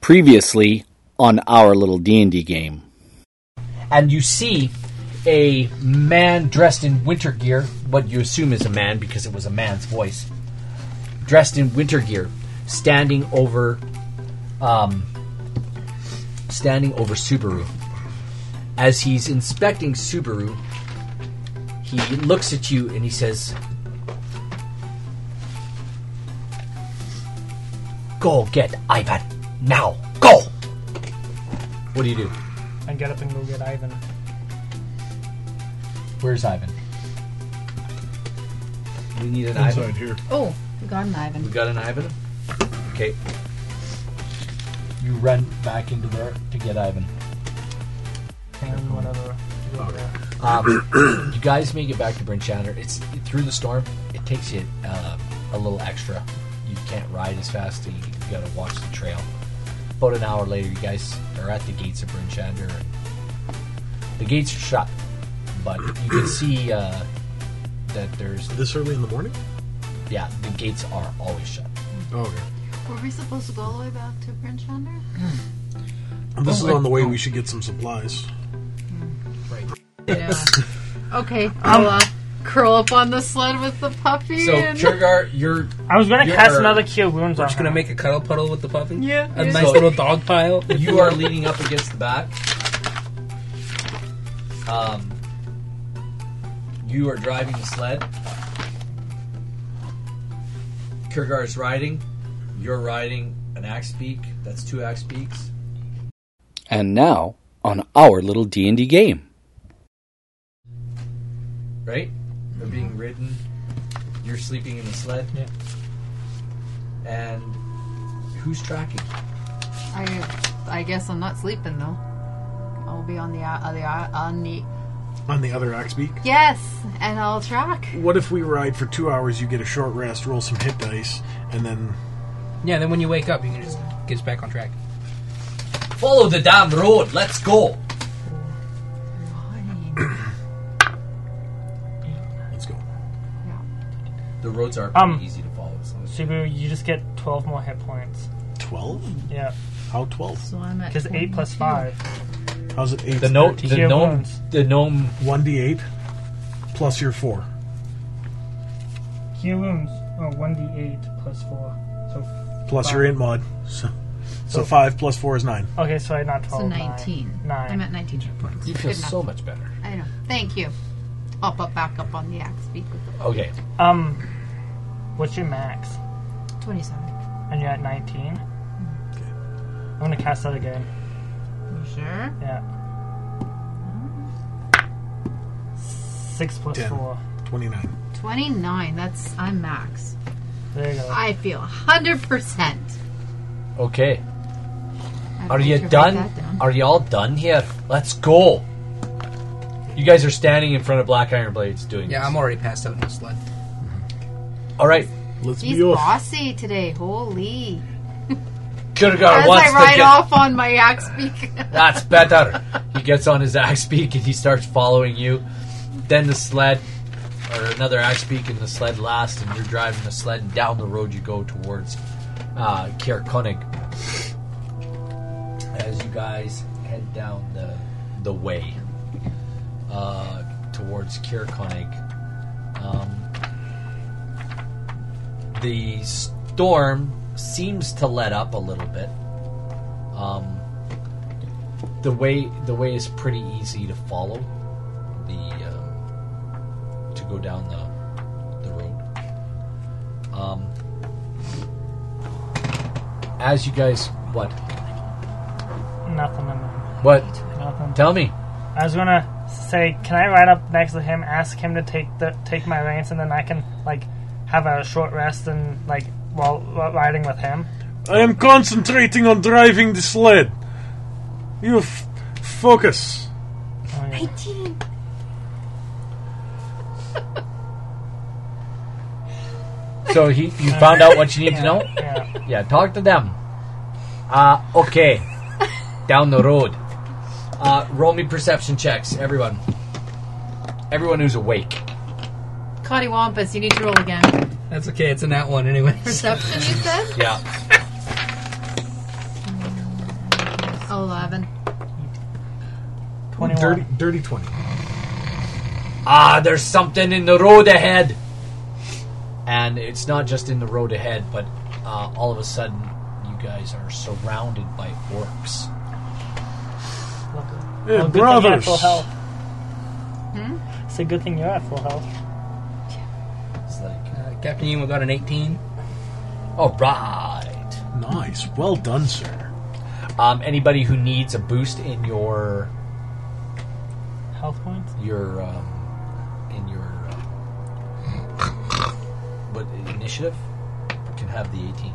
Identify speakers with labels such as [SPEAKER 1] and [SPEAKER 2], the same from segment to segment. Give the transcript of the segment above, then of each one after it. [SPEAKER 1] Previously on our little D&D game.
[SPEAKER 2] and you see a man dressed in winter gear, what you assume is a man because it was a man's voice, dressed in winter gear, standing over, um, standing over Subaru. As he's inspecting Subaru, he looks at you and he says, "Go get Ivan now. Go." What do you do?
[SPEAKER 3] and get up and go get Ivan.
[SPEAKER 2] Where's Ivan? We need an Ivan.
[SPEAKER 4] Inside here.
[SPEAKER 5] Oh, we got an
[SPEAKER 2] We
[SPEAKER 5] Ivan.
[SPEAKER 2] got an Ivan? Okay. You run back into there to get Ivan.
[SPEAKER 3] And whatever.
[SPEAKER 2] Um, you guys make it back to Bryn Shander. It's through the storm. It takes you uh, a little extra. You can't ride as fast. You, you got to watch the trail. About an hour later, you guys are at the gates of Bryn Shander. The gates are shut, but you can see uh, that there's
[SPEAKER 4] This early in the morning?
[SPEAKER 2] yeah the gates are always shut.
[SPEAKER 4] Oh, okay.
[SPEAKER 6] Were we supposed to go all the way back to Prince Chandra?
[SPEAKER 4] This is
[SPEAKER 3] Oh,
[SPEAKER 4] on the way. We should get some supplies.
[SPEAKER 5] Yeah. okay,
[SPEAKER 3] Um,
[SPEAKER 5] I'll uh, curl up on the sled with the puppy.
[SPEAKER 2] So
[SPEAKER 5] and...
[SPEAKER 2] Turgar, you're
[SPEAKER 3] I was gonna
[SPEAKER 2] You're-
[SPEAKER 3] cast another cure wounds on
[SPEAKER 7] Just
[SPEAKER 3] her.
[SPEAKER 7] gonna make a cuddle puddle with the puppy.
[SPEAKER 5] Yeah.
[SPEAKER 7] A
[SPEAKER 5] yeah.
[SPEAKER 7] nice
[SPEAKER 2] So-
[SPEAKER 7] little dog pile.
[SPEAKER 2] you are leaning up against the back. Um, you are driving the sled. Kurgar is riding. You're riding an axe beak. That's two axe beaks.
[SPEAKER 1] And now on our little D&D game.
[SPEAKER 2] Right? They're
[SPEAKER 7] Mm-hmm.
[SPEAKER 2] being ridden. You're sleeping in the sled.
[SPEAKER 7] Yeah.
[SPEAKER 2] And who's tracking?
[SPEAKER 5] I, I guess I'm not sleeping though. I'll be on the i- on the i- on the
[SPEAKER 4] On the other axe beak.
[SPEAKER 5] yes, and I'll track.
[SPEAKER 4] What if we ride for two hours? You get a short rest, roll some hit dice, and then
[SPEAKER 7] Yeah. Then when you wake up, you can just get us back on track.
[SPEAKER 2] Follow the damn road. Let's go.
[SPEAKER 5] Fine.
[SPEAKER 4] let's go.
[SPEAKER 5] yeah.
[SPEAKER 2] The roads are pretty
[SPEAKER 3] Um,
[SPEAKER 2] easy to follow. as long as-
[SPEAKER 3] Subaru, you just get 12 more hit points.
[SPEAKER 4] Twelve?
[SPEAKER 3] Yeah,
[SPEAKER 4] How twelve?
[SPEAKER 5] So I'm at
[SPEAKER 3] because 8 plus
[SPEAKER 5] 22.
[SPEAKER 3] 5.
[SPEAKER 4] How's it eight?
[SPEAKER 2] The gnome,
[SPEAKER 3] thirteen.
[SPEAKER 2] the
[SPEAKER 3] Here
[SPEAKER 2] gnome,
[SPEAKER 3] comes.
[SPEAKER 2] the gnome
[SPEAKER 4] One d eight plus your four.
[SPEAKER 3] Cure wounds, oh, 1d8 plus 4. So,
[SPEAKER 4] Plus your int mod. So, so five plus four is nine.
[SPEAKER 3] okay, so I not 12.
[SPEAKER 5] So
[SPEAKER 3] nine.
[SPEAKER 5] 19.
[SPEAKER 3] Nine.
[SPEAKER 5] I'm at 19 hit points.
[SPEAKER 2] You feel
[SPEAKER 5] Good enough.
[SPEAKER 2] so much better.
[SPEAKER 5] I know. Thank you. I'll pop back up on the axe beak with the
[SPEAKER 2] Okay.
[SPEAKER 3] Um, what's your max?
[SPEAKER 5] 27.
[SPEAKER 3] And you're at 19?
[SPEAKER 5] Hmm.
[SPEAKER 3] I'm gonna cast that again.
[SPEAKER 5] You sure?
[SPEAKER 3] Yeah. 6 plus
[SPEAKER 4] Ten.
[SPEAKER 3] 4.
[SPEAKER 4] Twenty-nine.
[SPEAKER 5] 29. That's I'm max.
[SPEAKER 3] There you go.
[SPEAKER 5] I feel 100%.
[SPEAKER 2] Okay.
[SPEAKER 5] I
[SPEAKER 2] Are
[SPEAKER 5] don't
[SPEAKER 2] you
[SPEAKER 5] need to write
[SPEAKER 2] done?
[SPEAKER 5] that down.
[SPEAKER 2] Are you all done here? Let's go. You guys are standing in front of Black Iron Blades doing
[SPEAKER 7] Yeah,
[SPEAKER 2] this.
[SPEAKER 7] I'm already passed out in the sled.
[SPEAKER 2] all right.
[SPEAKER 4] Let's
[SPEAKER 5] He's
[SPEAKER 4] be off.
[SPEAKER 5] bossy today. Holy.
[SPEAKER 2] Kurgar
[SPEAKER 5] As
[SPEAKER 2] wants
[SPEAKER 5] I ride
[SPEAKER 2] to get.
[SPEAKER 5] off on my axe beak.
[SPEAKER 2] That's better. he gets on his axe beak and he starts following you. Then the sled, or another axe beak, and the sled last, and you're driving the sled, and down the road you go towards uh, Kier Koenig. As you guys head down the, the way uh, towards Kier Koenig, um, the storm seems to let up a little bit. Um, the way the way is pretty easy to follow the um, to go down the the road um, as you guys what
[SPEAKER 3] Nothing, nothing,
[SPEAKER 2] what
[SPEAKER 3] nothing.
[SPEAKER 2] tell me
[SPEAKER 3] I was gonna say, can I ride up next to him, ask him to take the take my reins, and then I can like have a short rest and like while, while riding with him.
[SPEAKER 4] I am concentrating on driving the sled. You f- focus.
[SPEAKER 3] Oh, yeah.
[SPEAKER 2] so he you found out what you need to know
[SPEAKER 3] Yeah.
[SPEAKER 2] yeah talk to them uh okay down the road uh roll me perception checks everyone everyone who's awake
[SPEAKER 5] Cottywampus, you need to roll again.
[SPEAKER 7] That's okay. It's in that one anyway.
[SPEAKER 5] Perception, you said?
[SPEAKER 2] yeah
[SPEAKER 5] Eleven.
[SPEAKER 3] 21.
[SPEAKER 8] Dirty, dirty 20.
[SPEAKER 2] Ah, there's something in the road ahead. And it's not just in the road ahead, but uh, all of a sudden, you guys are surrounded by orcs.
[SPEAKER 4] Hey,
[SPEAKER 3] Well, Oh, good thing you're at
[SPEAKER 4] brothers.
[SPEAKER 3] full health. It's a good thing you're at full health.
[SPEAKER 2] It's like,
[SPEAKER 7] Uh, Captain Emo got an 18.
[SPEAKER 2] all right.
[SPEAKER 4] Nice. Well done, sir.
[SPEAKER 2] Um, anybody who needs a boost in your
[SPEAKER 3] Health points?
[SPEAKER 2] your um, in your uh, what initiative can have the 18.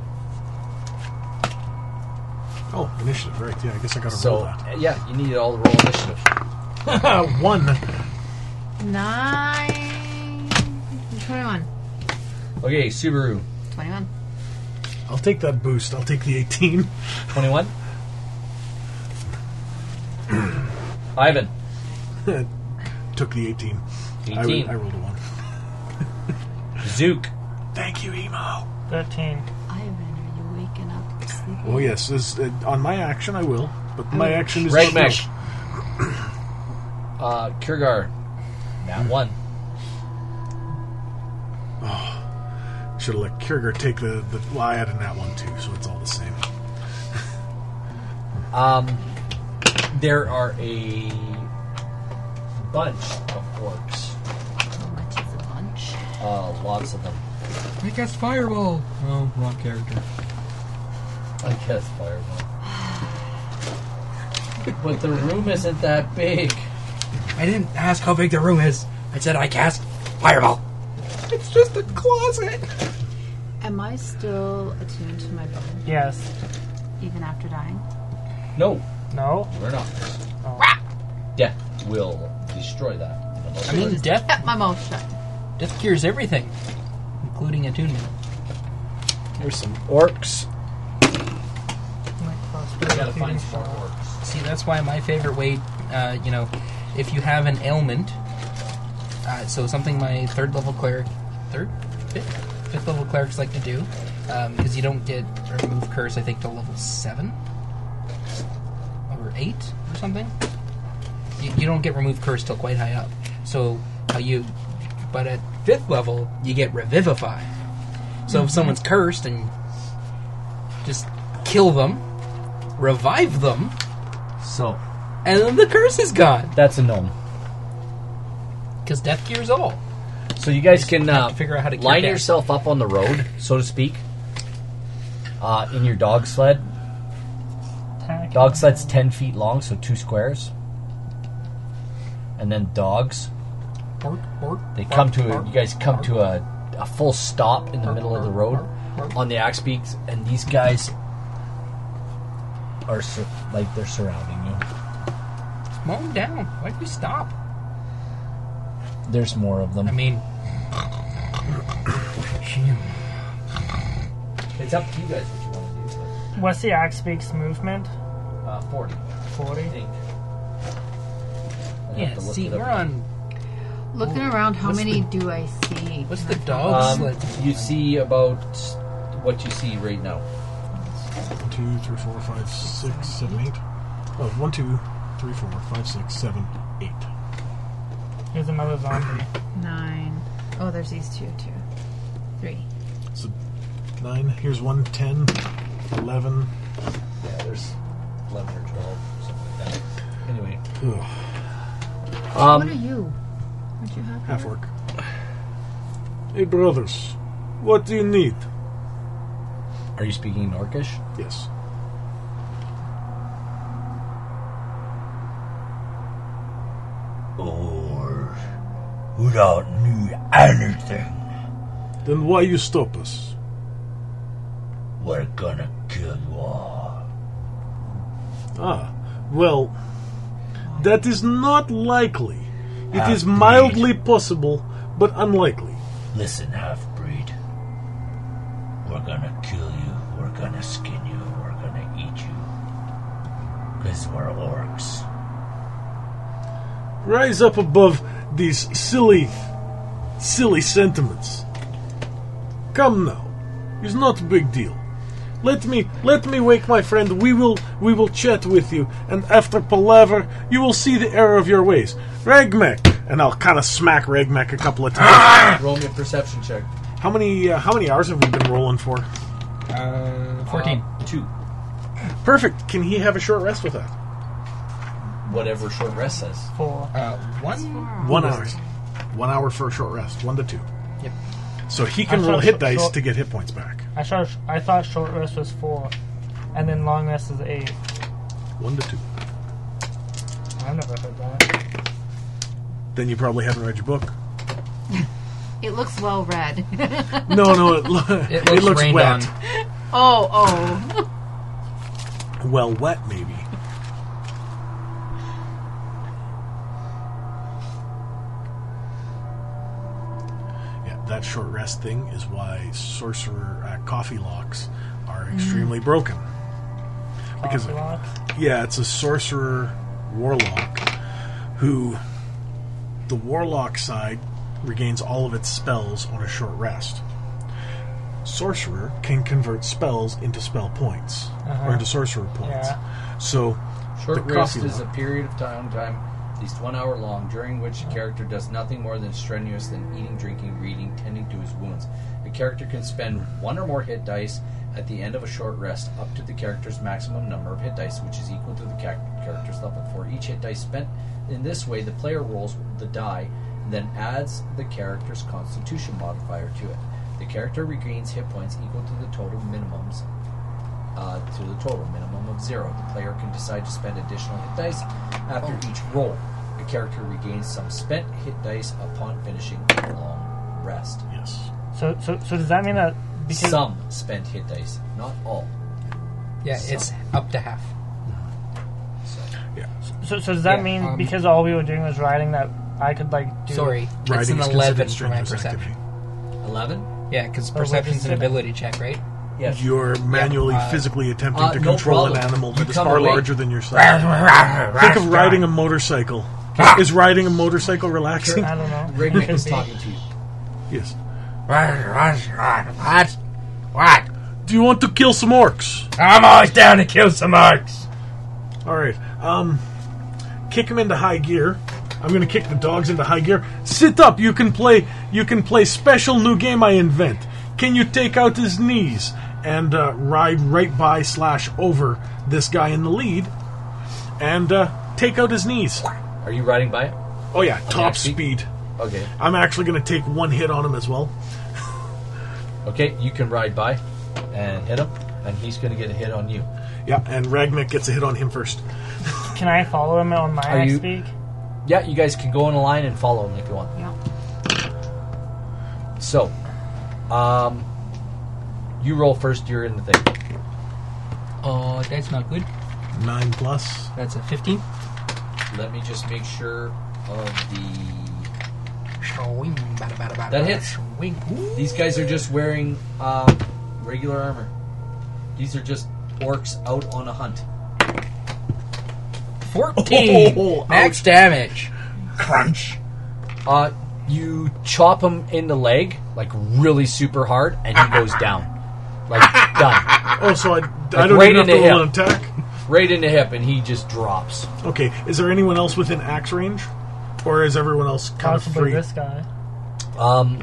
[SPEAKER 4] Oh, initiative, right. Yeah, I guess I gotta roll
[SPEAKER 2] So
[SPEAKER 4] that.
[SPEAKER 2] yeah, you need all the roll initiative.
[SPEAKER 4] One.
[SPEAKER 5] Nine. Twenty-one.
[SPEAKER 2] Okay, Subaru,
[SPEAKER 5] Twenty-one.
[SPEAKER 4] I'll take that boost. I'll take the 18.
[SPEAKER 2] 21. Ivan,
[SPEAKER 4] Took the 18. I, ro-
[SPEAKER 2] 18.
[SPEAKER 4] I rolled a 1.
[SPEAKER 2] Zook.
[SPEAKER 4] Thank you, Emo.
[SPEAKER 3] 13.
[SPEAKER 6] Ivan, are you waking up? or Sleeping?
[SPEAKER 4] Oh, yes. This, uh, on my action, I will. But my action is.
[SPEAKER 2] Right,
[SPEAKER 4] not
[SPEAKER 2] Mesh. Uh, Kurgar. That one.
[SPEAKER 4] Should have let Kierger take the, the. Well, I added that one too, so it's all the same.
[SPEAKER 2] Um, there are a bunch of orcs.
[SPEAKER 6] How much is a bunch?
[SPEAKER 2] Uh, lots of them.
[SPEAKER 7] He cast Fireball. Oh, wrong character.
[SPEAKER 2] I guess fireball. but the room isn't that big.
[SPEAKER 7] I didn't ask how big the room is. I said I cast Fireball. It's just a closet.
[SPEAKER 6] Am I still attuned to my bone
[SPEAKER 3] Yes.
[SPEAKER 6] even after dying?
[SPEAKER 2] No,
[SPEAKER 3] No?
[SPEAKER 2] we're not.
[SPEAKER 3] Oh.
[SPEAKER 2] Death will destroy that.
[SPEAKER 7] I mean, death,
[SPEAKER 6] Kept my mouth shut.
[SPEAKER 7] death cures everything, including attunement.
[SPEAKER 2] There's some orcs.
[SPEAKER 3] My crossbow
[SPEAKER 2] We gotta
[SPEAKER 3] is
[SPEAKER 2] find some more
[SPEAKER 3] shot.
[SPEAKER 2] orcs.
[SPEAKER 7] See, that's why my favorite way, uh, you know, if you have an ailment, uh, so something my third level cleric, third, fifth, fifth level clerics like to do, because you don't get remove curse, I think, till level seven or eight or something. You, you don't get remove curse till quite high up. So uh, you, but at fifth level, you get revivify. So if someone's cursed and just kill them, revive them,
[SPEAKER 2] So,
[SPEAKER 7] and then the curse is gone.
[SPEAKER 2] that's a gnome.
[SPEAKER 7] Because death cures all.
[SPEAKER 2] So you guys can uh,
[SPEAKER 7] to figure out how to cure
[SPEAKER 2] line
[SPEAKER 7] death.
[SPEAKER 2] yourself up on the road, so to speak, uh, in your dog sled.
[SPEAKER 3] Attack.
[SPEAKER 2] Dog sled's ten feet long, so two squares. And then dogs.
[SPEAKER 7] Ork, ork,
[SPEAKER 2] They
[SPEAKER 7] ork,
[SPEAKER 2] come to
[SPEAKER 7] ork,
[SPEAKER 2] a, you guys come
[SPEAKER 7] ork.
[SPEAKER 2] to a, a full stop in the middle of the road on the axe beaks, and these guys are sur- like they're surrounding you.
[SPEAKER 7] Mow 'em down. Why'd you stop?
[SPEAKER 2] There's more of them.
[SPEAKER 7] I mean,
[SPEAKER 2] it's up to you guys what you want to do.
[SPEAKER 3] What's the axe speaks movement?
[SPEAKER 2] But, uh, Forty,
[SPEAKER 3] 40.
[SPEAKER 2] I think. I'd have
[SPEAKER 7] yeah,
[SPEAKER 2] to look
[SPEAKER 7] see,
[SPEAKER 2] it up.
[SPEAKER 7] we're on.
[SPEAKER 5] Looking around, how
[SPEAKER 7] What's
[SPEAKER 5] many do I see?
[SPEAKER 7] What's the
[SPEAKER 2] Um,
[SPEAKER 7] dog sled?
[SPEAKER 2] you see about what you see right now.
[SPEAKER 4] One, two, three, four, five, six, seven, eight. Oh, one, two, three, four, five, six, seven, eight.
[SPEAKER 3] Here's another zombie.
[SPEAKER 5] Nine. Oh, there's these two too. Three.
[SPEAKER 4] So nine. Here's one, ten, eleven.
[SPEAKER 2] Yeah, there's eleven or twelve, something like that. Anyway,
[SPEAKER 4] Ugh,
[SPEAKER 5] what are you? Aren't you happy?
[SPEAKER 4] Um, half orc. Hey, brothers. What do you need?
[SPEAKER 2] are you speaking Orcish?
[SPEAKER 4] Yes.
[SPEAKER 9] or without me anything,
[SPEAKER 4] Then why you stop us?
[SPEAKER 9] we're gonna kill you all.
[SPEAKER 4] Ah, well, that is not likely. It is mildly possible, but unlikely.
[SPEAKER 9] Listen, half breed. We're gonna kill you, we're gonna skin you, we're gonna eat you. Cause we're orcs.
[SPEAKER 4] Rise up above these silly, silly sentiments. Come now, it's not a big deal. Let me, let me wake my friend. We will, we will chat with you, and after palaver, you will see the error of your ways. Regmek, and I'll kind of smack Regmek a couple of times.
[SPEAKER 2] Roll me a perception check.
[SPEAKER 4] how many, uh, how many hours have we been rolling for?
[SPEAKER 7] Uh, 14.
[SPEAKER 2] Two.
[SPEAKER 4] Perfect. Can he have a short rest with that?
[SPEAKER 2] Whatever short rest says.
[SPEAKER 3] Four.
[SPEAKER 7] Uh, one?
[SPEAKER 4] One hour. One hour for a short rest. One to two.
[SPEAKER 7] Yep.
[SPEAKER 4] So he can
[SPEAKER 3] I
[SPEAKER 4] roll
[SPEAKER 3] thought
[SPEAKER 4] hit
[SPEAKER 3] so-
[SPEAKER 4] dice
[SPEAKER 3] so-
[SPEAKER 4] to get hit points back.
[SPEAKER 3] I thought I thought short rest was four, and then long rest is eight.
[SPEAKER 4] One to two.
[SPEAKER 3] I've never heard that.
[SPEAKER 4] Then you probably haven't read your book.
[SPEAKER 5] It looks well read.
[SPEAKER 4] No, no, it, lo- it
[SPEAKER 7] It looks,
[SPEAKER 4] looks
[SPEAKER 7] rained
[SPEAKER 4] wet.
[SPEAKER 7] on.
[SPEAKER 5] oh, oh.
[SPEAKER 4] Well, wet maybe. Yeah, that short rest thing is why sorcerer uh, coffee locks are
[SPEAKER 7] Mm.
[SPEAKER 4] extremely broken. Because
[SPEAKER 3] Coffee lots.
[SPEAKER 4] Yeah, it's a sorcerer warlock who the warlock side regains all of its spells on a short rest. Sorcerer can convert spells into spell points or
[SPEAKER 2] Uh-huh.
[SPEAKER 4] into sorcerer points. So
[SPEAKER 2] Short
[SPEAKER 4] The
[SPEAKER 2] rest
[SPEAKER 4] coffee
[SPEAKER 2] is a
[SPEAKER 4] lot.
[SPEAKER 2] period of time, time, at least one hour long, during which a character does nothing more than strenuous than eating, drinking, reading, tending to his wounds. A character can spend one or more hit dice at the end of a short rest, up to the character's maximum number of hit dice, which is equal to the ca- character's level. For each hit dice spent in this way, the player rolls the die and then adds the character's constitution modifier to it. The character regains hit points equal to the total minimums uh, to the total, minimum of zero. The player can decide to spend additional hit dice after each roll. The character regains some spent hit dice upon finishing a long rest.
[SPEAKER 4] yes,
[SPEAKER 3] So so so does that mean that because
[SPEAKER 2] Some spent hit dice, not all.
[SPEAKER 7] Yeah, it's up to half.
[SPEAKER 4] yeah,
[SPEAKER 3] so, so does that
[SPEAKER 7] Yeah,
[SPEAKER 3] mean
[SPEAKER 7] um,
[SPEAKER 3] because all we were doing was riding that I could like do
[SPEAKER 7] Sorry. It's
[SPEAKER 4] Riding is
[SPEAKER 7] an
[SPEAKER 4] considered
[SPEAKER 7] 11 for my
[SPEAKER 4] strenuous
[SPEAKER 7] perception.
[SPEAKER 4] activity.
[SPEAKER 2] Eleven.
[SPEAKER 7] Yeah, because
[SPEAKER 3] what
[SPEAKER 7] perception's
[SPEAKER 3] is
[SPEAKER 7] an
[SPEAKER 3] it?
[SPEAKER 7] ability check, right?
[SPEAKER 2] Yes.
[SPEAKER 4] You're manually,
[SPEAKER 7] uh,
[SPEAKER 4] physically attempting
[SPEAKER 2] uh,
[SPEAKER 4] to
[SPEAKER 2] no
[SPEAKER 4] control an
[SPEAKER 2] problem.
[SPEAKER 4] animal
[SPEAKER 2] You
[SPEAKER 4] that is
[SPEAKER 2] come
[SPEAKER 4] far
[SPEAKER 2] awake.
[SPEAKER 4] larger than yourself. Think of riding a motorcycle. Is riding a motorcycle relaxing?
[SPEAKER 3] I don't know.
[SPEAKER 2] Rignick is talking to you.
[SPEAKER 4] Yes.
[SPEAKER 7] What? What?
[SPEAKER 4] Do you want to kill some orcs?
[SPEAKER 7] I'm always down to kill some orcs.
[SPEAKER 4] All right. Um, kick him into high gear. I'm gonna kick the dogs into high gear. Sit up. You can play. You can play special new game I invent. Can you take out his knees and uh, ride right by slash over this guy in the lead and uh, take out his knees?
[SPEAKER 2] Are you riding by?
[SPEAKER 4] Oh yeah, top
[SPEAKER 2] actually-
[SPEAKER 4] speed.
[SPEAKER 2] Okay.
[SPEAKER 4] I'm actually gonna take one hit on him as well.
[SPEAKER 2] Okay. You can ride by and hit him, and he's going to get a hit on you.
[SPEAKER 4] Yeah, and Ragnik gets a hit on him first.
[SPEAKER 3] Can I follow him on my
[SPEAKER 2] Are
[SPEAKER 3] next
[SPEAKER 2] you-
[SPEAKER 3] speak?
[SPEAKER 2] Yeah, you guys can go in a line and follow him if you want.
[SPEAKER 5] Yeah.
[SPEAKER 2] So, um, you roll first. You're in the thing.
[SPEAKER 7] Oh, that's not good.
[SPEAKER 4] Nine plus.
[SPEAKER 7] That's a 15.
[SPEAKER 2] Let me just make sure of the.
[SPEAKER 7] That
[SPEAKER 2] hits. These guys are just wearing um, regular armor. These are just orcs out on a hunt.
[SPEAKER 7] 14.
[SPEAKER 4] Oh, ouch.
[SPEAKER 7] Max damage.
[SPEAKER 4] Crunch.
[SPEAKER 2] Uh, you chop him in the leg like really super hard, and he goes down, like done,
[SPEAKER 4] Oh, so I, I
[SPEAKER 2] Like,
[SPEAKER 4] don't
[SPEAKER 2] right
[SPEAKER 4] even have
[SPEAKER 2] into
[SPEAKER 4] to roll an
[SPEAKER 2] him.
[SPEAKER 4] attack.
[SPEAKER 2] right in the hip, and he just drops.
[SPEAKER 4] Okay, is there anyone else within axe range, or is everyone else kind of
[SPEAKER 3] Possibly
[SPEAKER 4] free?
[SPEAKER 3] this guy.
[SPEAKER 2] Um,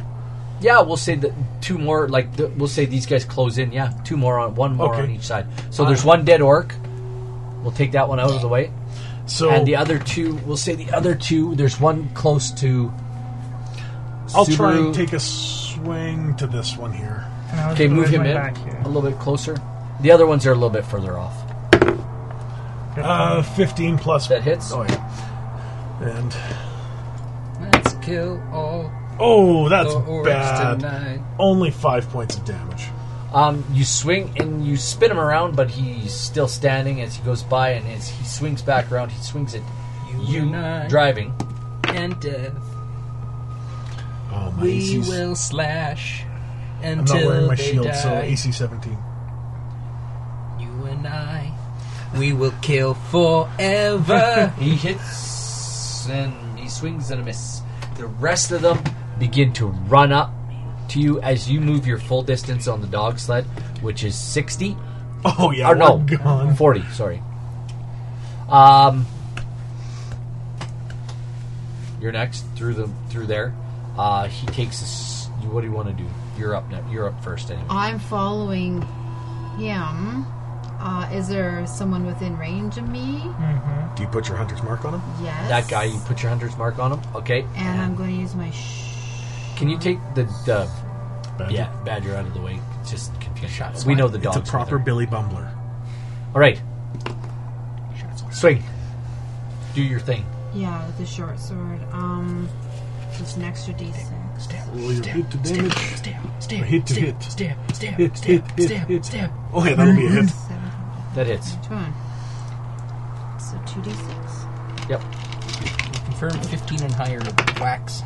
[SPEAKER 2] yeah, we'll say that two more. Like th- we'll say these guys close in. Yeah, two more on one more
[SPEAKER 4] Okay.
[SPEAKER 2] on each side. So there's one dead orc. We'll take that one out of the way.
[SPEAKER 4] So
[SPEAKER 2] And the other two, we'll say the other two. There's one close to.
[SPEAKER 4] I'll try and
[SPEAKER 2] Subaru.
[SPEAKER 4] take a swing to this one here.
[SPEAKER 3] And I was
[SPEAKER 2] Okay, move
[SPEAKER 3] moving
[SPEAKER 2] him in
[SPEAKER 3] Back here.
[SPEAKER 2] a little bit closer. The other ones are a little bit further off.
[SPEAKER 4] Uh, fifteen plus.
[SPEAKER 2] That hits.
[SPEAKER 4] Oh yeah. And
[SPEAKER 7] Let's kill all
[SPEAKER 4] oh,
[SPEAKER 7] the
[SPEAKER 4] that's
[SPEAKER 7] orcs
[SPEAKER 4] bad.
[SPEAKER 7] tonight.
[SPEAKER 4] Only five points of damage.
[SPEAKER 2] Um, you swing and you spin him around, but he's still standing as he goes by, and as he swings back around, he swings at you,
[SPEAKER 7] and I
[SPEAKER 2] driving.
[SPEAKER 7] and death.
[SPEAKER 4] Oh my
[SPEAKER 7] We
[SPEAKER 4] AC's
[SPEAKER 7] will slash
[SPEAKER 4] I'm not
[SPEAKER 7] until
[SPEAKER 4] wearing my
[SPEAKER 7] they
[SPEAKER 4] shield,
[SPEAKER 7] die.
[SPEAKER 4] so AC seventeen.
[SPEAKER 7] You and I, we will kill forever.
[SPEAKER 2] He hits and he swings and a miss. The rest of them begin to run up to you as you move your full distance on the dog sled, which is 60.
[SPEAKER 4] Oh yeah,
[SPEAKER 2] or no,
[SPEAKER 4] we're gone.
[SPEAKER 2] forty. Sorry. Um, you're next through the through there. Uh, he takes us. You, what do you want to do? You're up. Now. You're up first. Anyway.
[SPEAKER 5] I'm following him. Uh, is there someone within range of me?
[SPEAKER 4] Hmm. Do you put your hunter's mark on him?
[SPEAKER 5] Yes.
[SPEAKER 2] That guy. You put your hunter's mark on him. Okay.
[SPEAKER 5] And I'm going to use my. Sh-
[SPEAKER 2] Can you take the, the
[SPEAKER 4] Badger.
[SPEAKER 2] yeah badger out of the way? It's Just confusion.
[SPEAKER 7] Shot
[SPEAKER 2] We know the
[SPEAKER 4] It's
[SPEAKER 2] dog's
[SPEAKER 4] a proper
[SPEAKER 2] with her.
[SPEAKER 4] Billy Bumbler.
[SPEAKER 2] All right. Swing. Do your thing.
[SPEAKER 5] yeah, with the short sword. Um, just an extra d6.
[SPEAKER 4] Roll your hit to damage. Or hit to hit.
[SPEAKER 7] Stab, stab,
[SPEAKER 4] Hit, hit,
[SPEAKER 7] stab,
[SPEAKER 4] hit,
[SPEAKER 7] stab,
[SPEAKER 4] hit.
[SPEAKER 7] stab.
[SPEAKER 4] Oh yeah, that'll be a hit.
[SPEAKER 5] Seven.
[SPEAKER 2] That hits.
[SPEAKER 5] Come on. So 2d6.
[SPEAKER 2] Yep.
[SPEAKER 7] Confirm 15 and higher wax.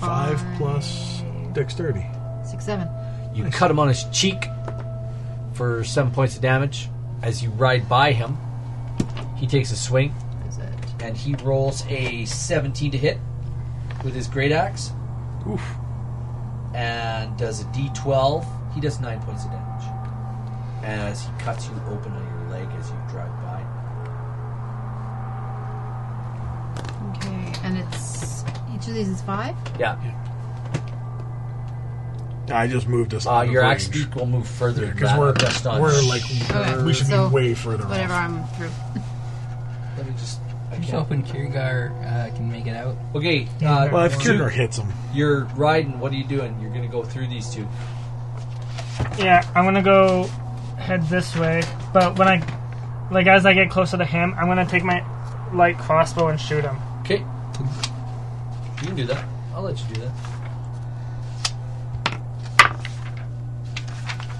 [SPEAKER 4] Five plus dexterity.
[SPEAKER 5] 6, 7.
[SPEAKER 2] You cut him on his cheek for seven points of damage. As you ride by him, he takes a swing
[SPEAKER 5] Is it?
[SPEAKER 2] and he rolls a 17 to hit with his great axe
[SPEAKER 4] Oof.
[SPEAKER 2] and does a d12. He does nine points of damage as he cuts you open on your leg as you drive by.
[SPEAKER 5] Okay, and it's. Each of these is 5?
[SPEAKER 2] Yeah,
[SPEAKER 4] I just moved us.
[SPEAKER 2] uh,
[SPEAKER 4] out of
[SPEAKER 2] your
[SPEAKER 4] range.
[SPEAKER 2] axe beak will move further than
[SPEAKER 4] Because
[SPEAKER 2] that,
[SPEAKER 4] we're
[SPEAKER 2] just on
[SPEAKER 4] we're like
[SPEAKER 5] Okay,
[SPEAKER 4] we should
[SPEAKER 5] so
[SPEAKER 4] be way further. off.
[SPEAKER 5] Whatever, I'm through.
[SPEAKER 2] Let me just. I
[SPEAKER 7] I'm just
[SPEAKER 2] can't.
[SPEAKER 7] hoping Kiergar uh, can make it out.
[SPEAKER 2] Okay, uh,
[SPEAKER 4] Well, if
[SPEAKER 2] two-
[SPEAKER 4] Kidner hits him,
[SPEAKER 2] you're riding. What are you doing? You're gonna go through these two.
[SPEAKER 3] Yeah, I'm gonna go head this way. But when I, like, as I get closer to him, I'm gonna take my light crossbow and shoot him.
[SPEAKER 2] Okay. You can do that. I'll let you do that.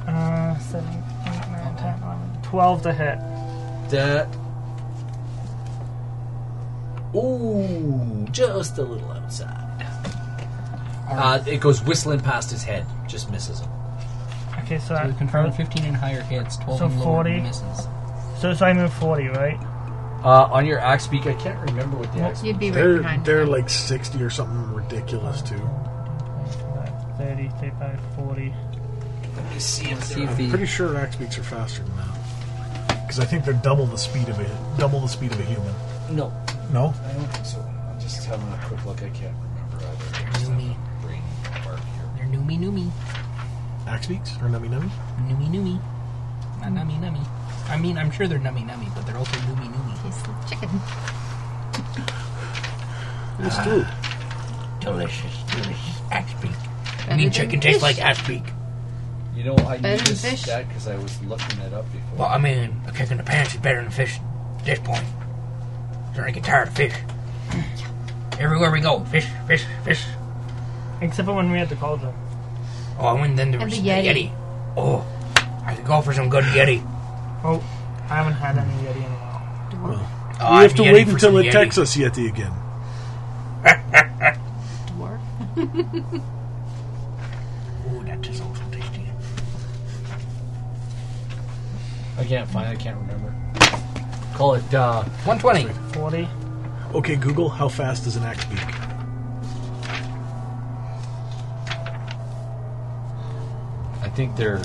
[SPEAKER 3] Uh, seven, eight, nine, 10, 11, 12 to hit.
[SPEAKER 2] That. Ooh, just a little outside. Uh, it goes whistling past his head, just misses him.
[SPEAKER 3] Okay, so
[SPEAKER 7] So
[SPEAKER 3] I,
[SPEAKER 7] confirm 15 and higher hits, 12
[SPEAKER 3] So
[SPEAKER 7] and lower
[SPEAKER 3] 40?
[SPEAKER 7] misses.
[SPEAKER 3] so, so I move 40, right?
[SPEAKER 2] Uh, on your axe beak, I can't remember what the axe.
[SPEAKER 5] You'd be right
[SPEAKER 4] they're
[SPEAKER 5] behind
[SPEAKER 4] they're
[SPEAKER 5] him.
[SPEAKER 4] like sixty or something ridiculous too.
[SPEAKER 3] 30, 35, 40.
[SPEAKER 2] Let me see if
[SPEAKER 7] See
[SPEAKER 2] they're-
[SPEAKER 7] if the
[SPEAKER 4] Pretty sure axe beaks are faster than that. Because I think they're double the speed of a double the speed of a human.
[SPEAKER 2] No,
[SPEAKER 4] No,
[SPEAKER 2] I don't think so. I'm just having a quick look. I can't remember either. I just have
[SPEAKER 7] Numi.
[SPEAKER 2] a brain fart here.
[SPEAKER 7] They're Numi Numi.
[SPEAKER 4] axe beaks or nummy nummy.
[SPEAKER 7] Numi Numi. Not Nummy Nummy. I mean, I'm sure they're Nummy Nummy, but they're also Numi Numi.
[SPEAKER 5] Tastes like chicken.
[SPEAKER 4] Let's do it.
[SPEAKER 9] Delicious, delicious axe beak.
[SPEAKER 5] Better
[SPEAKER 7] I mean,
[SPEAKER 5] than
[SPEAKER 7] chicken
[SPEAKER 5] fish.
[SPEAKER 7] tastes like ass beak.
[SPEAKER 2] You know, I knew
[SPEAKER 5] Better than
[SPEAKER 2] this
[SPEAKER 5] fish.
[SPEAKER 2] stat because I was looking it up before.
[SPEAKER 9] Well, I mean, a kick in the pants is better than a fish at this point. Starting to get tired of fish. Everywhere we go, fish, fish, fish.
[SPEAKER 3] Except for when we had the cauldron.
[SPEAKER 9] Oh, and then there
[SPEAKER 5] And
[SPEAKER 9] was
[SPEAKER 5] the Yeti.
[SPEAKER 9] Oh, I could go for some good Yeti.
[SPEAKER 3] Oh, I haven't had any Yeti in a while.
[SPEAKER 9] Oh,
[SPEAKER 4] we
[SPEAKER 9] I'd
[SPEAKER 4] have to
[SPEAKER 9] be Yeti
[SPEAKER 4] wait
[SPEAKER 9] for
[SPEAKER 4] until
[SPEAKER 9] some
[SPEAKER 4] it
[SPEAKER 9] Yeti.
[SPEAKER 4] attacks us Yeti again.
[SPEAKER 5] Dwarf.
[SPEAKER 9] Oh, that is also tasty.
[SPEAKER 2] I can't find. I can't remember. Call it. uh...
[SPEAKER 7] 120.
[SPEAKER 3] 40.
[SPEAKER 4] Okay, Google, how fast is an axe beak?
[SPEAKER 2] I think they're.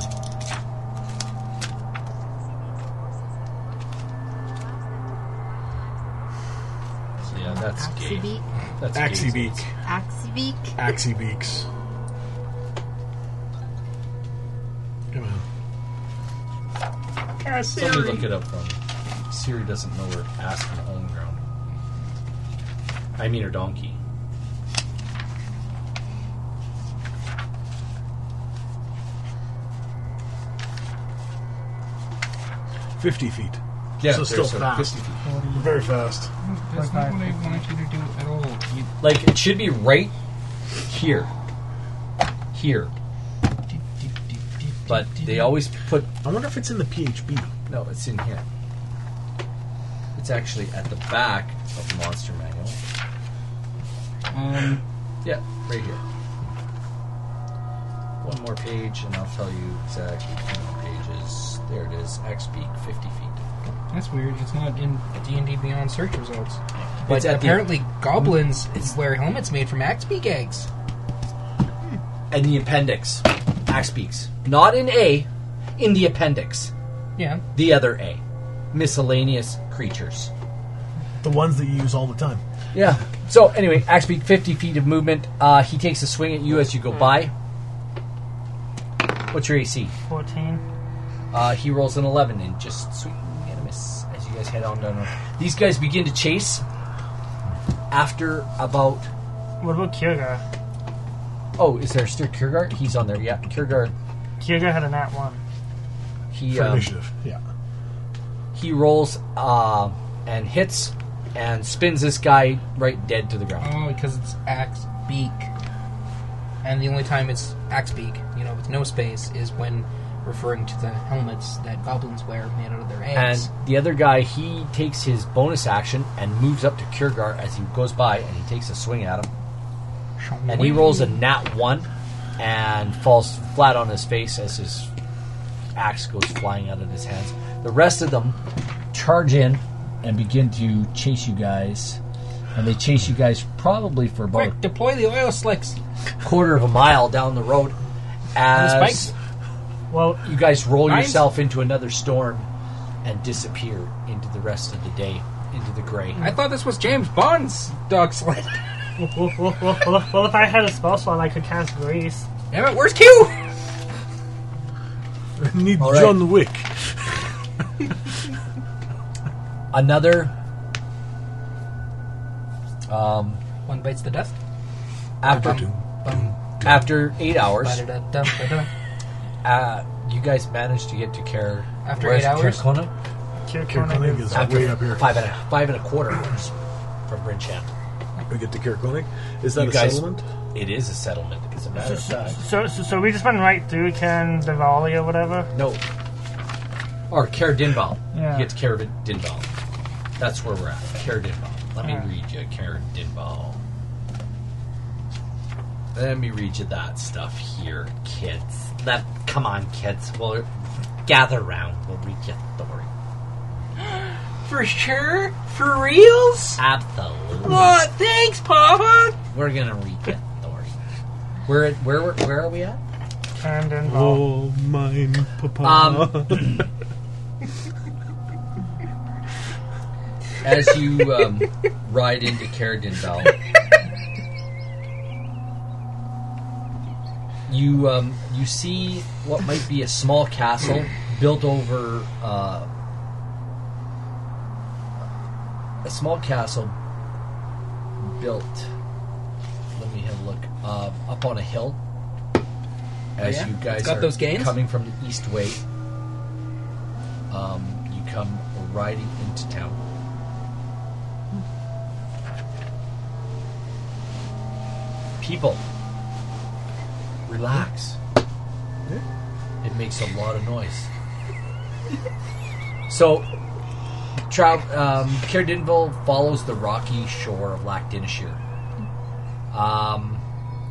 [SPEAKER 2] So yeah, that's gay.
[SPEAKER 5] Axie beak.
[SPEAKER 2] That's
[SPEAKER 4] Axie
[SPEAKER 2] gay.
[SPEAKER 4] beak,
[SPEAKER 5] Axie beak.
[SPEAKER 4] axie E beaks. Come on.
[SPEAKER 2] Somebody look it up for me. Siri doesn't know her ass from home ground. I mean her donkey.
[SPEAKER 4] Fifty feet.
[SPEAKER 2] Yeah,
[SPEAKER 4] So
[SPEAKER 2] there's
[SPEAKER 4] still
[SPEAKER 2] a
[SPEAKER 4] fast.
[SPEAKER 2] 50 feet.
[SPEAKER 4] Very fast.
[SPEAKER 7] That's not what I wanted you to do at all. You
[SPEAKER 2] Like it should be right here, here. But they always put
[SPEAKER 4] I wonder if it's in the PHB.
[SPEAKER 2] no. It's in here. It's actually at the back of Monster Manual.
[SPEAKER 7] Um,
[SPEAKER 2] Yeah, right here. One more page, and I'll tell you exactly how many pages. There it is. X peak, fifty feet.
[SPEAKER 7] that's weird. It's not in D and D Beyond search results. But
[SPEAKER 2] It's at the- Mm,
[SPEAKER 7] apparently, goblins wear helmets made from axe beak eggs.
[SPEAKER 2] And the appendix, X peaks, not in A, in the appendix.
[SPEAKER 7] Yeah.
[SPEAKER 2] The other A, miscellaneous creatures.
[SPEAKER 4] The ones that you use all the time.
[SPEAKER 2] Yeah. So anyway, axe speed fifty feet of movement. Uh, he takes a swing at you as you go by. What's your AC?
[SPEAKER 3] 14.
[SPEAKER 2] Uh, he rolls an 11 and just swing and a miss as you guys head on down. These guys begin to chase after about.
[SPEAKER 3] What about Kyoga?
[SPEAKER 2] Oh, is there still Kiergard? He's on there. Yeah, Kiergard.
[SPEAKER 3] Kyoga had a nat 1.
[SPEAKER 2] He
[SPEAKER 4] For
[SPEAKER 2] um,
[SPEAKER 4] initiative. Yeah.
[SPEAKER 2] he rolls uh, and hits and spins this guy right dead to the ground.
[SPEAKER 7] Oh, because it's axe beak. And the only time it's axe beak, you know, with no space, is when referring to the helmets that goblins wear made out of their
[SPEAKER 2] And
[SPEAKER 7] eggs.
[SPEAKER 2] the other guy, he takes his bonus action and moves up to Kiergard as he goes by and he takes a swing at him. And he rolls a nat one and falls flat on his face as his axe goes flying out of his hands. The rest of them charge in and begin to chase you guys. And they chase you guys probably for about
[SPEAKER 7] Quick, deploy the oil slicks.
[SPEAKER 2] a quarter of a mile down the road.
[SPEAKER 7] The
[SPEAKER 2] As
[SPEAKER 7] spikes.
[SPEAKER 3] Well,
[SPEAKER 2] you guys roll
[SPEAKER 7] Mines?
[SPEAKER 2] yourself into another storm and disappear into the rest of the day, into the gray.
[SPEAKER 7] I thought this was James Bond's dog sled.
[SPEAKER 3] well, well, well, well, well, if I had a spell slot, I could cast Grace.
[SPEAKER 7] Damn it, where's Q?
[SPEAKER 4] Need
[SPEAKER 2] All right.
[SPEAKER 4] John Wick.
[SPEAKER 2] Another
[SPEAKER 7] One bites the dust.
[SPEAKER 2] after um,
[SPEAKER 7] Bum, bum,
[SPEAKER 2] after eight hours.
[SPEAKER 7] ba-da-da-dum, ba-da.
[SPEAKER 2] Uh, you guys managed to get to Care
[SPEAKER 7] After
[SPEAKER 2] where's
[SPEAKER 7] eight hours?
[SPEAKER 2] Kerkona?
[SPEAKER 4] Kirkonic
[SPEAKER 3] Kyoga
[SPEAKER 4] is
[SPEAKER 2] After
[SPEAKER 4] way up here.
[SPEAKER 2] five and a five and a quarter hours from Brincham.
[SPEAKER 4] We get to Kirkonic. Is that
[SPEAKER 2] You
[SPEAKER 4] a
[SPEAKER 2] guys-
[SPEAKER 4] settlement?
[SPEAKER 2] It is a settlement, as a matter of fact.
[SPEAKER 3] so, so, so we just went right through Ken Diwali or whatever.
[SPEAKER 2] No, or Care Dinval.
[SPEAKER 3] Yeah.
[SPEAKER 2] You get to Care Dinval. That's where we're at. Care Dinval. Let me
[SPEAKER 3] Alright.
[SPEAKER 2] read you Care Dinval. Let me read you that stuff here, kids. Let come on, kids. We'll gather round. We'll read you the story.
[SPEAKER 7] For sure? For reals?
[SPEAKER 2] Absolutely.
[SPEAKER 7] Oh, thanks, Papa!
[SPEAKER 2] We're gonna read it, Dory. Where where where are we at?
[SPEAKER 3] Ken Diwali.
[SPEAKER 4] Oh, mine, papa.
[SPEAKER 2] As you um, ride into Carradine you um, you see what might be a small castle built over uh, a small castle built. Let me have a look uh, up on a hill. As
[SPEAKER 7] Oh, yeah?
[SPEAKER 2] you guys
[SPEAKER 7] It's got
[SPEAKER 2] are
[SPEAKER 7] those gains?
[SPEAKER 2] coming from the east way, um, you come riding into town. People, relax.
[SPEAKER 7] Hmm?
[SPEAKER 2] It makes a lot of noise. so, Tra- um, Cairdenville follows the rocky shore of Lactinishire. Um,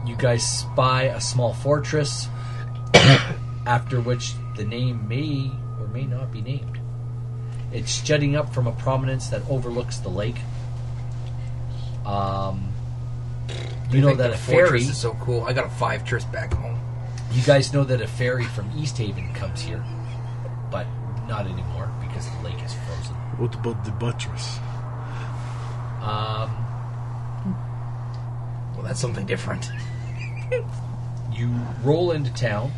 [SPEAKER 2] you guys spy a small fortress, after which the name may or may not be named. It's jutting up from a prominence that overlooks the lake. Um, you know that a ferry.
[SPEAKER 7] fortress is so cool. I got a five tris back home.
[SPEAKER 2] You guys know that a ferry from East Haven comes here, but not anymore because the lake is frozen.
[SPEAKER 4] what about the buttress?
[SPEAKER 2] Um,
[SPEAKER 7] Well, that's something different.
[SPEAKER 2] you roll into town.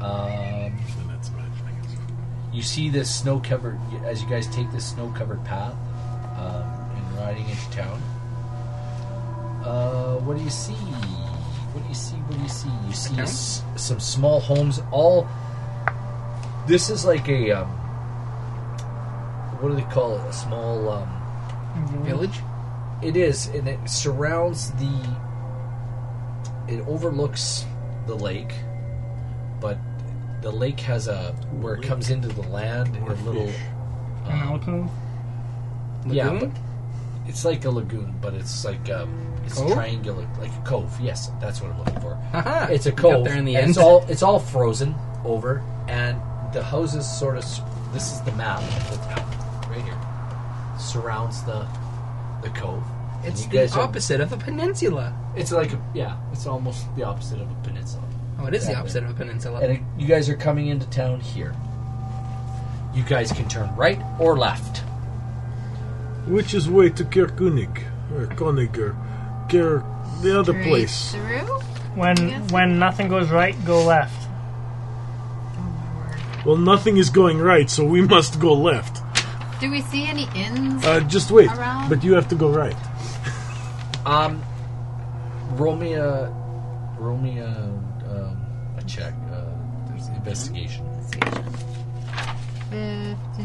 [SPEAKER 2] Um,
[SPEAKER 4] Then that's mine, I guess.
[SPEAKER 2] you see this snow covered as you guys take this snow covered path um, and riding into town. Uh, what do you see? What do you see? What do you see? You see
[SPEAKER 7] town?
[SPEAKER 2] s- some small homes. All this is like a um, what do they call it? A small. Um,
[SPEAKER 7] Village?
[SPEAKER 2] It is, and it surrounds the. It overlooks the lake, but the lake has a where it comes into the land a little.
[SPEAKER 3] An alcove?
[SPEAKER 2] Um, Yeah, but
[SPEAKER 7] Lagoon?
[SPEAKER 2] it's like a lagoon, but it's like um, it's
[SPEAKER 7] Cove?
[SPEAKER 2] triangular, like a cove. Yes, that's what I'm looking for.
[SPEAKER 7] Haha,
[SPEAKER 2] It's a
[SPEAKER 7] we got
[SPEAKER 2] cove.
[SPEAKER 7] there in the
[SPEAKER 2] and
[SPEAKER 7] end.
[SPEAKER 2] It's all it's all frozen over, and the houses sort of. s- This is the map of the town right here. Surrounds the the cove. And
[SPEAKER 7] It's
[SPEAKER 2] you
[SPEAKER 7] the
[SPEAKER 2] guys are-
[SPEAKER 7] opposite of a peninsula.
[SPEAKER 2] It's like a yeah. It's almost the opposite of a peninsula.
[SPEAKER 7] Oh, Oh, it is the opposite of a peninsula.
[SPEAKER 2] and it, you guys are coming into town here. You guys can turn right or left.
[SPEAKER 4] Which is way to Kirkunik, or Konig, or Ker, the other
[SPEAKER 5] Straight
[SPEAKER 4] place.
[SPEAKER 5] Through?
[SPEAKER 3] When
[SPEAKER 5] Yes.
[SPEAKER 3] when nothing goes right, go left.
[SPEAKER 5] Oh my word.
[SPEAKER 4] Well, nothing is going right, so we must go left.
[SPEAKER 5] Do we see any inns?
[SPEAKER 4] Uh, just wait,
[SPEAKER 5] Around?
[SPEAKER 4] but you have to go right.
[SPEAKER 2] Um, roll me a, roll me a, um, a check. Uh, there's investigation.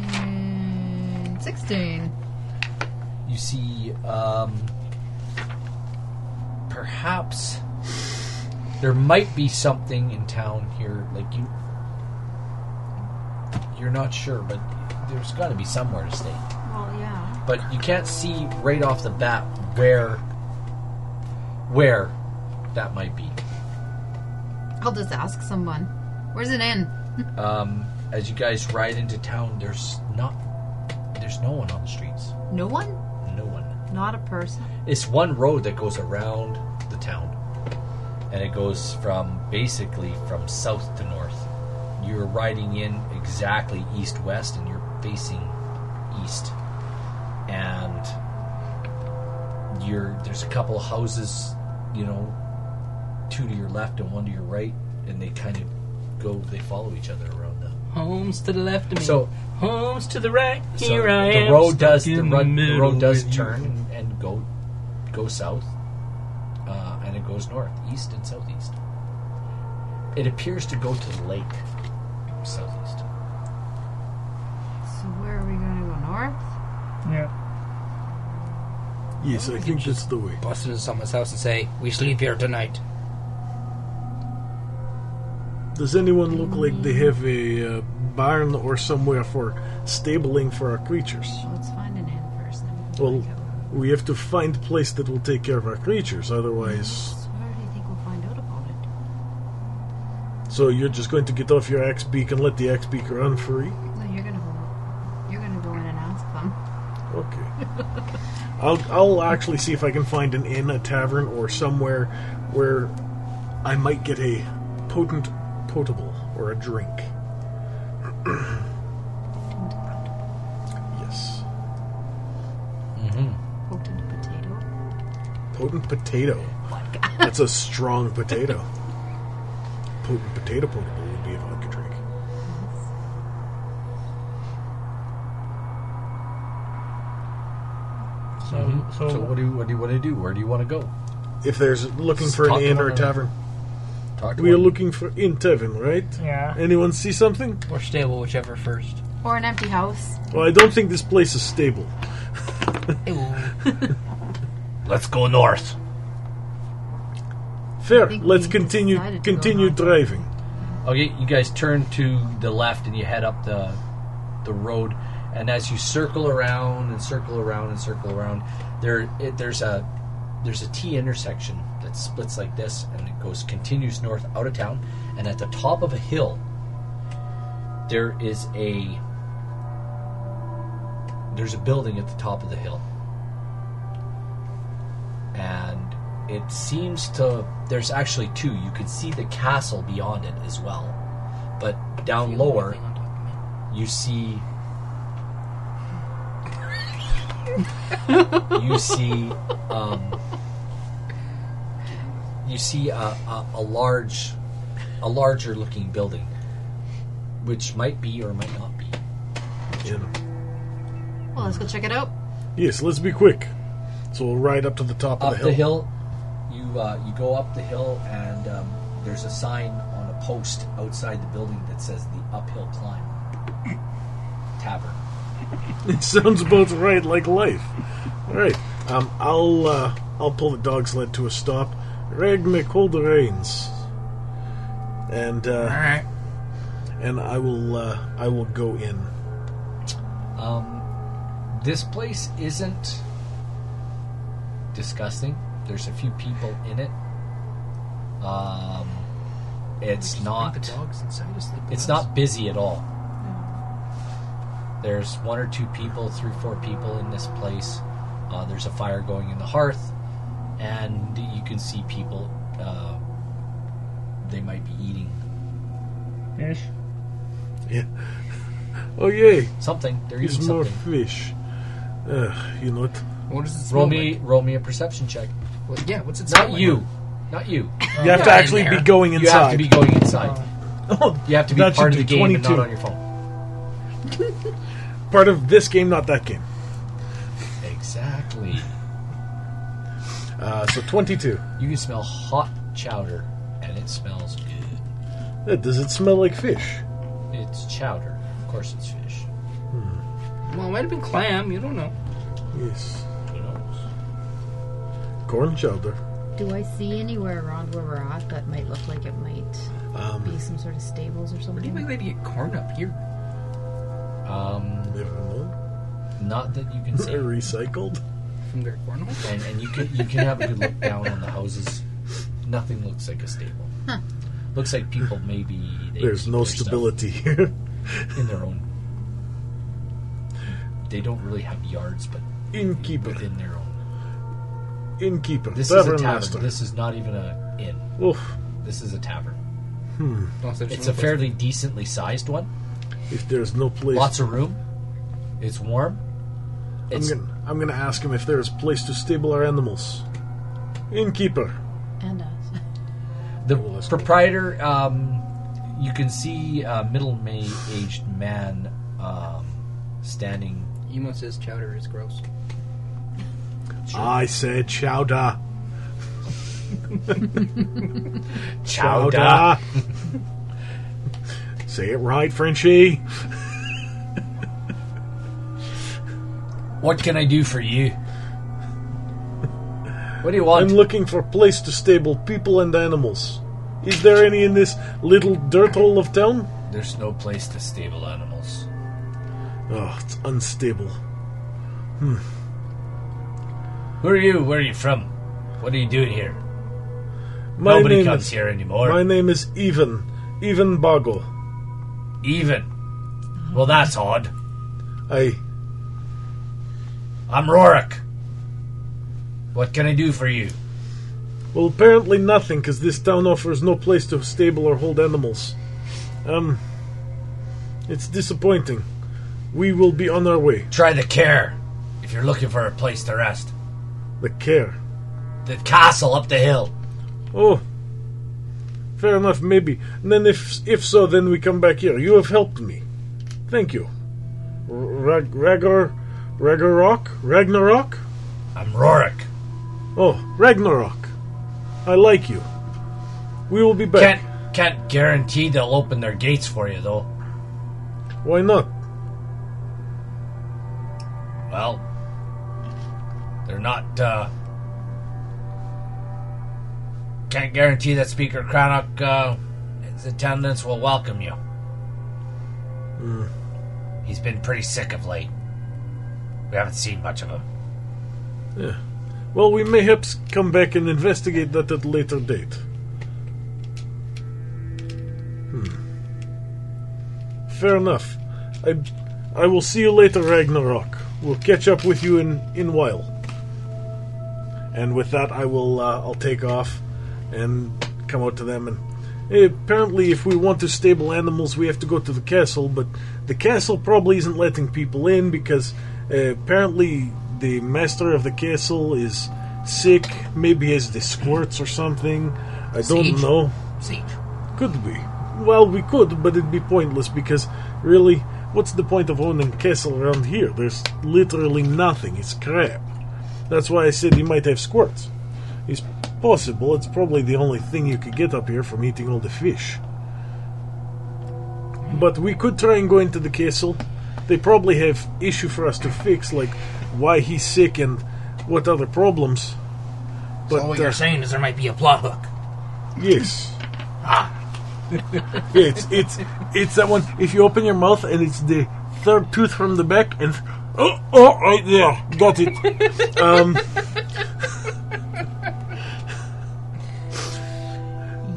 [SPEAKER 5] Fifteen, sixteen.
[SPEAKER 2] You see, um, perhaps there might be something in town here. Like you, you're not sure, but there's got to be somewhere to stay.
[SPEAKER 5] Well, yeah.
[SPEAKER 2] but you can't see right off the bat where where that might be.
[SPEAKER 5] I'll just ask someone. Where's an inn?
[SPEAKER 2] Um, as you guys ride into town, there's not there's no one on the streets.
[SPEAKER 5] No one?
[SPEAKER 2] No one.
[SPEAKER 5] Not a person.
[SPEAKER 2] It's one road that goes around the town, and it goes from basically from south to north. You're riding in exactly east west, and you're facing east, and you're there's a couple of houses, you know, two to your left and one to your right, and they kind of go they follow each other around them.
[SPEAKER 7] Homes to the left of me.
[SPEAKER 2] So-
[SPEAKER 7] homes to the right.
[SPEAKER 2] So
[SPEAKER 7] Here I
[SPEAKER 2] the
[SPEAKER 7] am.
[SPEAKER 2] road does
[SPEAKER 7] stuck
[SPEAKER 2] the,
[SPEAKER 7] in
[SPEAKER 2] ru- the
[SPEAKER 7] middle
[SPEAKER 2] road does
[SPEAKER 7] with you.
[SPEAKER 2] turn and, and go go south, uh, and it goes north, east, and southeast. It appears to go to the lake, southeast.
[SPEAKER 5] So where are we going to go north?
[SPEAKER 3] Yeah.
[SPEAKER 4] Yes, I think that's the way.
[SPEAKER 7] Bust into someone's house and say, "We sleep here tonight."
[SPEAKER 4] Does anyone look like they have a uh, barn or somewhere for stabling for our creatures?
[SPEAKER 5] Well, let's find an inn first. Then we can
[SPEAKER 4] Well,
[SPEAKER 5] find out where
[SPEAKER 4] we have to find a place that will take care of our creatures, otherwise.
[SPEAKER 5] So where do you think we'll find out about it?
[SPEAKER 4] So you're just going to get off your axe beak and let the axe beak run free?
[SPEAKER 5] No, you're gonna go. You're gonna go in and ask them.
[SPEAKER 4] Okay. I'll, I'll actually see if I can find an inn, a tavern, or somewhere where I might get a potent potable or a drink. yes.
[SPEAKER 5] Potent potato.
[SPEAKER 4] Potent potato. That's a strong potato. Potent potato potable would be a vodka drink.
[SPEAKER 3] So
[SPEAKER 2] Mm-hmm.
[SPEAKER 3] so,
[SPEAKER 2] So what do you, what do you want to do? Where do you want to go?
[SPEAKER 4] If there's looking for
[SPEAKER 2] Talk
[SPEAKER 4] an
[SPEAKER 2] to
[SPEAKER 4] inn
[SPEAKER 2] one
[SPEAKER 4] or a
[SPEAKER 2] another.
[SPEAKER 4] tavern,
[SPEAKER 2] Talk to
[SPEAKER 4] we are
[SPEAKER 2] one-
[SPEAKER 4] looking for inn tavern, right?
[SPEAKER 3] yeah.
[SPEAKER 4] Anyone see something?
[SPEAKER 7] Or stable, whichever first.
[SPEAKER 5] Or an empty house.
[SPEAKER 4] Well, I don't think this place is stable.
[SPEAKER 7] Ew.
[SPEAKER 9] Let's go north.
[SPEAKER 4] Fair.
[SPEAKER 5] think
[SPEAKER 4] Let's
[SPEAKER 5] we
[SPEAKER 4] continue
[SPEAKER 5] decided to go
[SPEAKER 4] continue
[SPEAKER 5] north.
[SPEAKER 4] driving.
[SPEAKER 2] Okay, you guys turn to the left and you head up the the road, and as you circle around and circle around and circle around, there it, there's a there's a T intersection that splits like this, and it goes continues north out of town, and at the top of a hill, there is a there's a building at the top of the hill, and it seems to there's actually two. You can see the castle beyond it as well, but down lower
[SPEAKER 7] Nothing on top of me.
[SPEAKER 2] you see you see um, you see a, a, a large a larger looking building which might be or might not be
[SPEAKER 4] And-
[SPEAKER 5] Well, let's go check it out.
[SPEAKER 4] yes, let's be quick. So we'll ride up to the top
[SPEAKER 2] up
[SPEAKER 4] of
[SPEAKER 2] the hill you uh, you go up the hill and um, there's a sign on a post outside the building that says the uphill climb tavern
[SPEAKER 4] It sounds about right, like life. All right. Um, I'll uh, I'll pull the dog sled to a stop. Ragmick, hold the reins. And uh,
[SPEAKER 7] Alright.
[SPEAKER 4] and I will uh, I will go in.
[SPEAKER 2] Um, this place isn't disgusting. There's a few people in it. Um, it's
[SPEAKER 7] Think
[SPEAKER 2] not.
[SPEAKER 7] The dog's inside us, like the
[SPEAKER 2] It's
[SPEAKER 7] dogs.
[SPEAKER 2] not busy at all. There's one or two people, three, four people in this place. Uh, there's a fire going in the hearth, and you can see people uh,
[SPEAKER 9] they might be eating.
[SPEAKER 3] Fish.
[SPEAKER 4] Yeah. Oh yay!
[SPEAKER 2] Something. They're
[SPEAKER 4] Here's
[SPEAKER 2] eating
[SPEAKER 4] more
[SPEAKER 2] something.
[SPEAKER 4] fish. Uh, you know what?
[SPEAKER 7] What does it smell
[SPEAKER 2] Roll me,
[SPEAKER 7] like?
[SPEAKER 2] roll me a perception check.
[SPEAKER 7] What- yeah, what's it smell
[SPEAKER 2] Not
[SPEAKER 7] like?
[SPEAKER 2] you. Not you.
[SPEAKER 4] You have to
[SPEAKER 7] yeah,
[SPEAKER 4] actually
[SPEAKER 7] in
[SPEAKER 4] be
[SPEAKER 7] there.
[SPEAKER 4] going
[SPEAKER 2] You have to
[SPEAKER 4] inside.
[SPEAKER 2] be going inside.
[SPEAKER 4] Oh,
[SPEAKER 2] You have to be
[SPEAKER 4] that
[SPEAKER 2] part of
[SPEAKER 4] should
[SPEAKER 2] the
[SPEAKER 4] do
[SPEAKER 2] game and not
[SPEAKER 4] 22.
[SPEAKER 2] on your phone.
[SPEAKER 4] Part of this game, not that game.
[SPEAKER 2] Exactly.
[SPEAKER 4] Uh, so 22.
[SPEAKER 2] You can smell hot chowder, and it smells good.
[SPEAKER 4] Uh, Does it smell like fish?
[SPEAKER 2] It's chowder. Of course, it's fish.
[SPEAKER 7] Well, it might have been clam. You don't know.
[SPEAKER 4] Yes.
[SPEAKER 2] Who knows?
[SPEAKER 4] Corn chowder.
[SPEAKER 6] Do I see anywhere around where we're at that might look like it might
[SPEAKER 4] Um,
[SPEAKER 6] be some sort of stables or
[SPEAKER 7] Where do you
[SPEAKER 6] something?
[SPEAKER 7] think they'd get corn up here?
[SPEAKER 2] Um,
[SPEAKER 4] never know.
[SPEAKER 2] not that you can see.
[SPEAKER 4] Recycled.
[SPEAKER 7] From their corn husk?
[SPEAKER 2] and, and you can you can have a good look down on the houses. Nothing looks like a stable. Looks like people maybe they
[SPEAKER 4] There's
[SPEAKER 2] keep
[SPEAKER 4] no
[SPEAKER 2] their stuff
[SPEAKER 4] stability here.
[SPEAKER 2] in their own. They don't really have yards, but
[SPEAKER 4] Innkeeper.
[SPEAKER 2] within their own.
[SPEAKER 4] Innkeeper.
[SPEAKER 2] This
[SPEAKER 4] Tavern
[SPEAKER 2] is a tavern.
[SPEAKER 4] master.
[SPEAKER 2] This is not even a inn.
[SPEAKER 4] Oof.
[SPEAKER 2] This is a tavern.
[SPEAKER 7] No
[SPEAKER 2] It's
[SPEAKER 7] such thing
[SPEAKER 2] a
[SPEAKER 7] as-
[SPEAKER 2] fairly decently sized one.
[SPEAKER 4] If there's no place,
[SPEAKER 2] Lots of room. It's warm.
[SPEAKER 4] I'm
[SPEAKER 2] It's
[SPEAKER 4] gonna, I'm gonna ask him if there's place to stable our animals. Innkeeper.
[SPEAKER 6] And us.
[SPEAKER 2] the
[SPEAKER 4] Well, let's go.
[SPEAKER 2] proprietor. Um, you can see a middle may aged man um, standing
[SPEAKER 7] Emo says chowder is gross.
[SPEAKER 4] I said chowder.
[SPEAKER 2] chowder.
[SPEAKER 4] Say it right, Frenchie.
[SPEAKER 2] What can I do for you? What do you
[SPEAKER 4] I'm
[SPEAKER 2] want?
[SPEAKER 4] looking for place to stable people and animals. Is there any in this little dirt hole of town?
[SPEAKER 2] There's no place to stable animals.
[SPEAKER 4] Oh, it's unstable.
[SPEAKER 2] Who are you? Where are you from? What are you doing here?
[SPEAKER 4] My
[SPEAKER 2] Nobody
[SPEAKER 4] name
[SPEAKER 2] comes
[SPEAKER 4] is,
[SPEAKER 2] here anymore.
[SPEAKER 4] My name is Even. Even Bago.
[SPEAKER 2] Even. Well, that's odd.
[SPEAKER 4] I
[SPEAKER 2] I'm Rorik. What can I do for you?
[SPEAKER 4] Well, apparently nothing, because this town offers no place to stable or hold animals. Um, it's disappointing. We will be on our way.
[SPEAKER 2] Try the care if you're looking for a place to rest.
[SPEAKER 4] The care.
[SPEAKER 2] The castle up the hill.
[SPEAKER 4] Oh, fair enough, maybe. And then if if so, then we come back here. You have helped me. Thank you. R- Rag- Ragar, Ragnarok, Ragnarok.
[SPEAKER 2] I'm Rorik.
[SPEAKER 4] Oh, Ragnarok. I like you. We will be back.
[SPEAKER 2] Can't can't guarantee they'll open their gates for you though.
[SPEAKER 4] Why not?
[SPEAKER 2] Well, they're not. Uh, can't guarantee that Speaker Cranach, uh, his attendants will welcome you.
[SPEAKER 4] Hmm.
[SPEAKER 2] He's been pretty sick of late. We haven't seen much of him.
[SPEAKER 4] Well, we may perhaps come back and investigate that at a later date. Hmm. Fair enough. I, I will see you later, Ragnarok. We'll catch up with you in in while. And with that, I will uh, I'll take off and come out to them. And eh, apparently, if we want to stable animals, we have to go to the castle. But the castle probably isn't letting people in because uh, apparently the master of the castle is sick. Maybe has the squirts or something. I don't
[SPEAKER 7] Siege.
[SPEAKER 4] know.
[SPEAKER 7] See,
[SPEAKER 4] Could we? Well, we could, but it'd be pointless because really, what's the point of owning castle around here? There's literally nothing. It's crap. That's why I said he might have squirts. It's possible. It's probably the only thing you could get up here from eating all the fish. But we could try and go into the castle. They probably have issue for us to fix, like why he's sick and what other problems. But
[SPEAKER 7] so what
[SPEAKER 4] uh,
[SPEAKER 7] you're saying is there might be a plot hook.
[SPEAKER 4] Yes. Ah. it's it's it's that one. If you open your mouth and it's the third tooth from the back and oh oh right there, got it. um.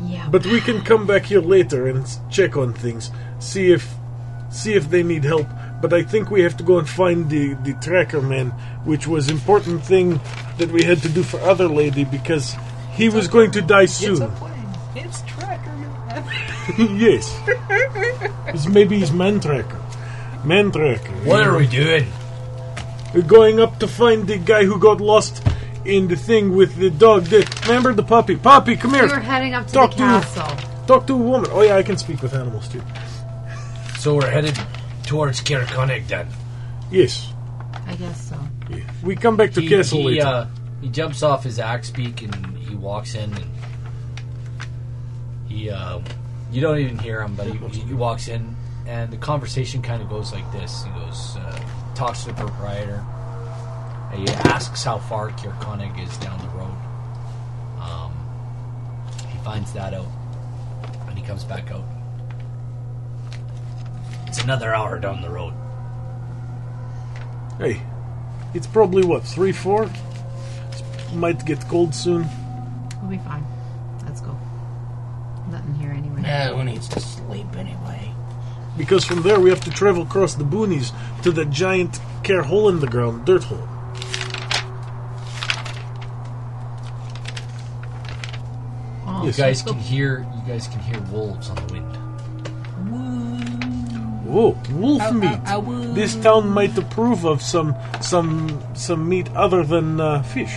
[SPEAKER 6] Yeah.
[SPEAKER 4] But we can come back here later and s- check on things, see if see if they need help. But I think we have to go and find the the tracker man, which was important thing that we had to do for other lady because he was going to die soon.
[SPEAKER 7] It's a plane. It's tracker.
[SPEAKER 4] yes. This maybe he's man tracker. Man tracker.
[SPEAKER 9] What are we doing?
[SPEAKER 4] We're going up to find the guy who got lost in the thing with the dog. The, remember the puppy? Puppy, come
[SPEAKER 5] We
[SPEAKER 4] here.
[SPEAKER 5] were heading up to
[SPEAKER 4] Talk
[SPEAKER 5] the
[SPEAKER 4] to you.
[SPEAKER 5] castle.
[SPEAKER 4] Talk to a woman. Oh yeah, I can speak with animals too.
[SPEAKER 9] So we're headed towards Kirkonik then.
[SPEAKER 4] Yes.
[SPEAKER 5] I guess so.
[SPEAKER 4] Yeah. We come back to
[SPEAKER 2] He,
[SPEAKER 4] castle
[SPEAKER 2] he,
[SPEAKER 4] later.
[SPEAKER 2] uh, he jumps off his axe beak and he walks in. And he, uh, you don't even hear him, but he, he- he walks in, and the conversation kind of goes like this. He goes, uh, talks to the proprietor. and He asks how far Kirkonig is down the road. Um, he finds that out, and he comes back out.
[SPEAKER 9] It's another hour down the road.
[SPEAKER 4] hey, it's probably what three, four. Might get cold soon.
[SPEAKER 5] We'll be fine. Let's go. Nothing here anyway.
[SPEAKER 7] Nah, who needs to sleep anyway?
[SPEAKER 4] Because from there we have to travel across the boonies to the giant care hole in the ground, dirt hole.
[SPEAKER 5] Oh,
[SPEAKER 4] Yes.
[SPEAKER 2] You guys can hear. You guys can hear wolves on the wind.
[SPEAKER 4] Whoa, wolf
[SPEAKER 7] Ow, ow,
[SPEAKER 4] meat.
[SPEAKER 7] ow, woo.
[SPEAKER 4] This town might approve of some some some meat other than uh, fish.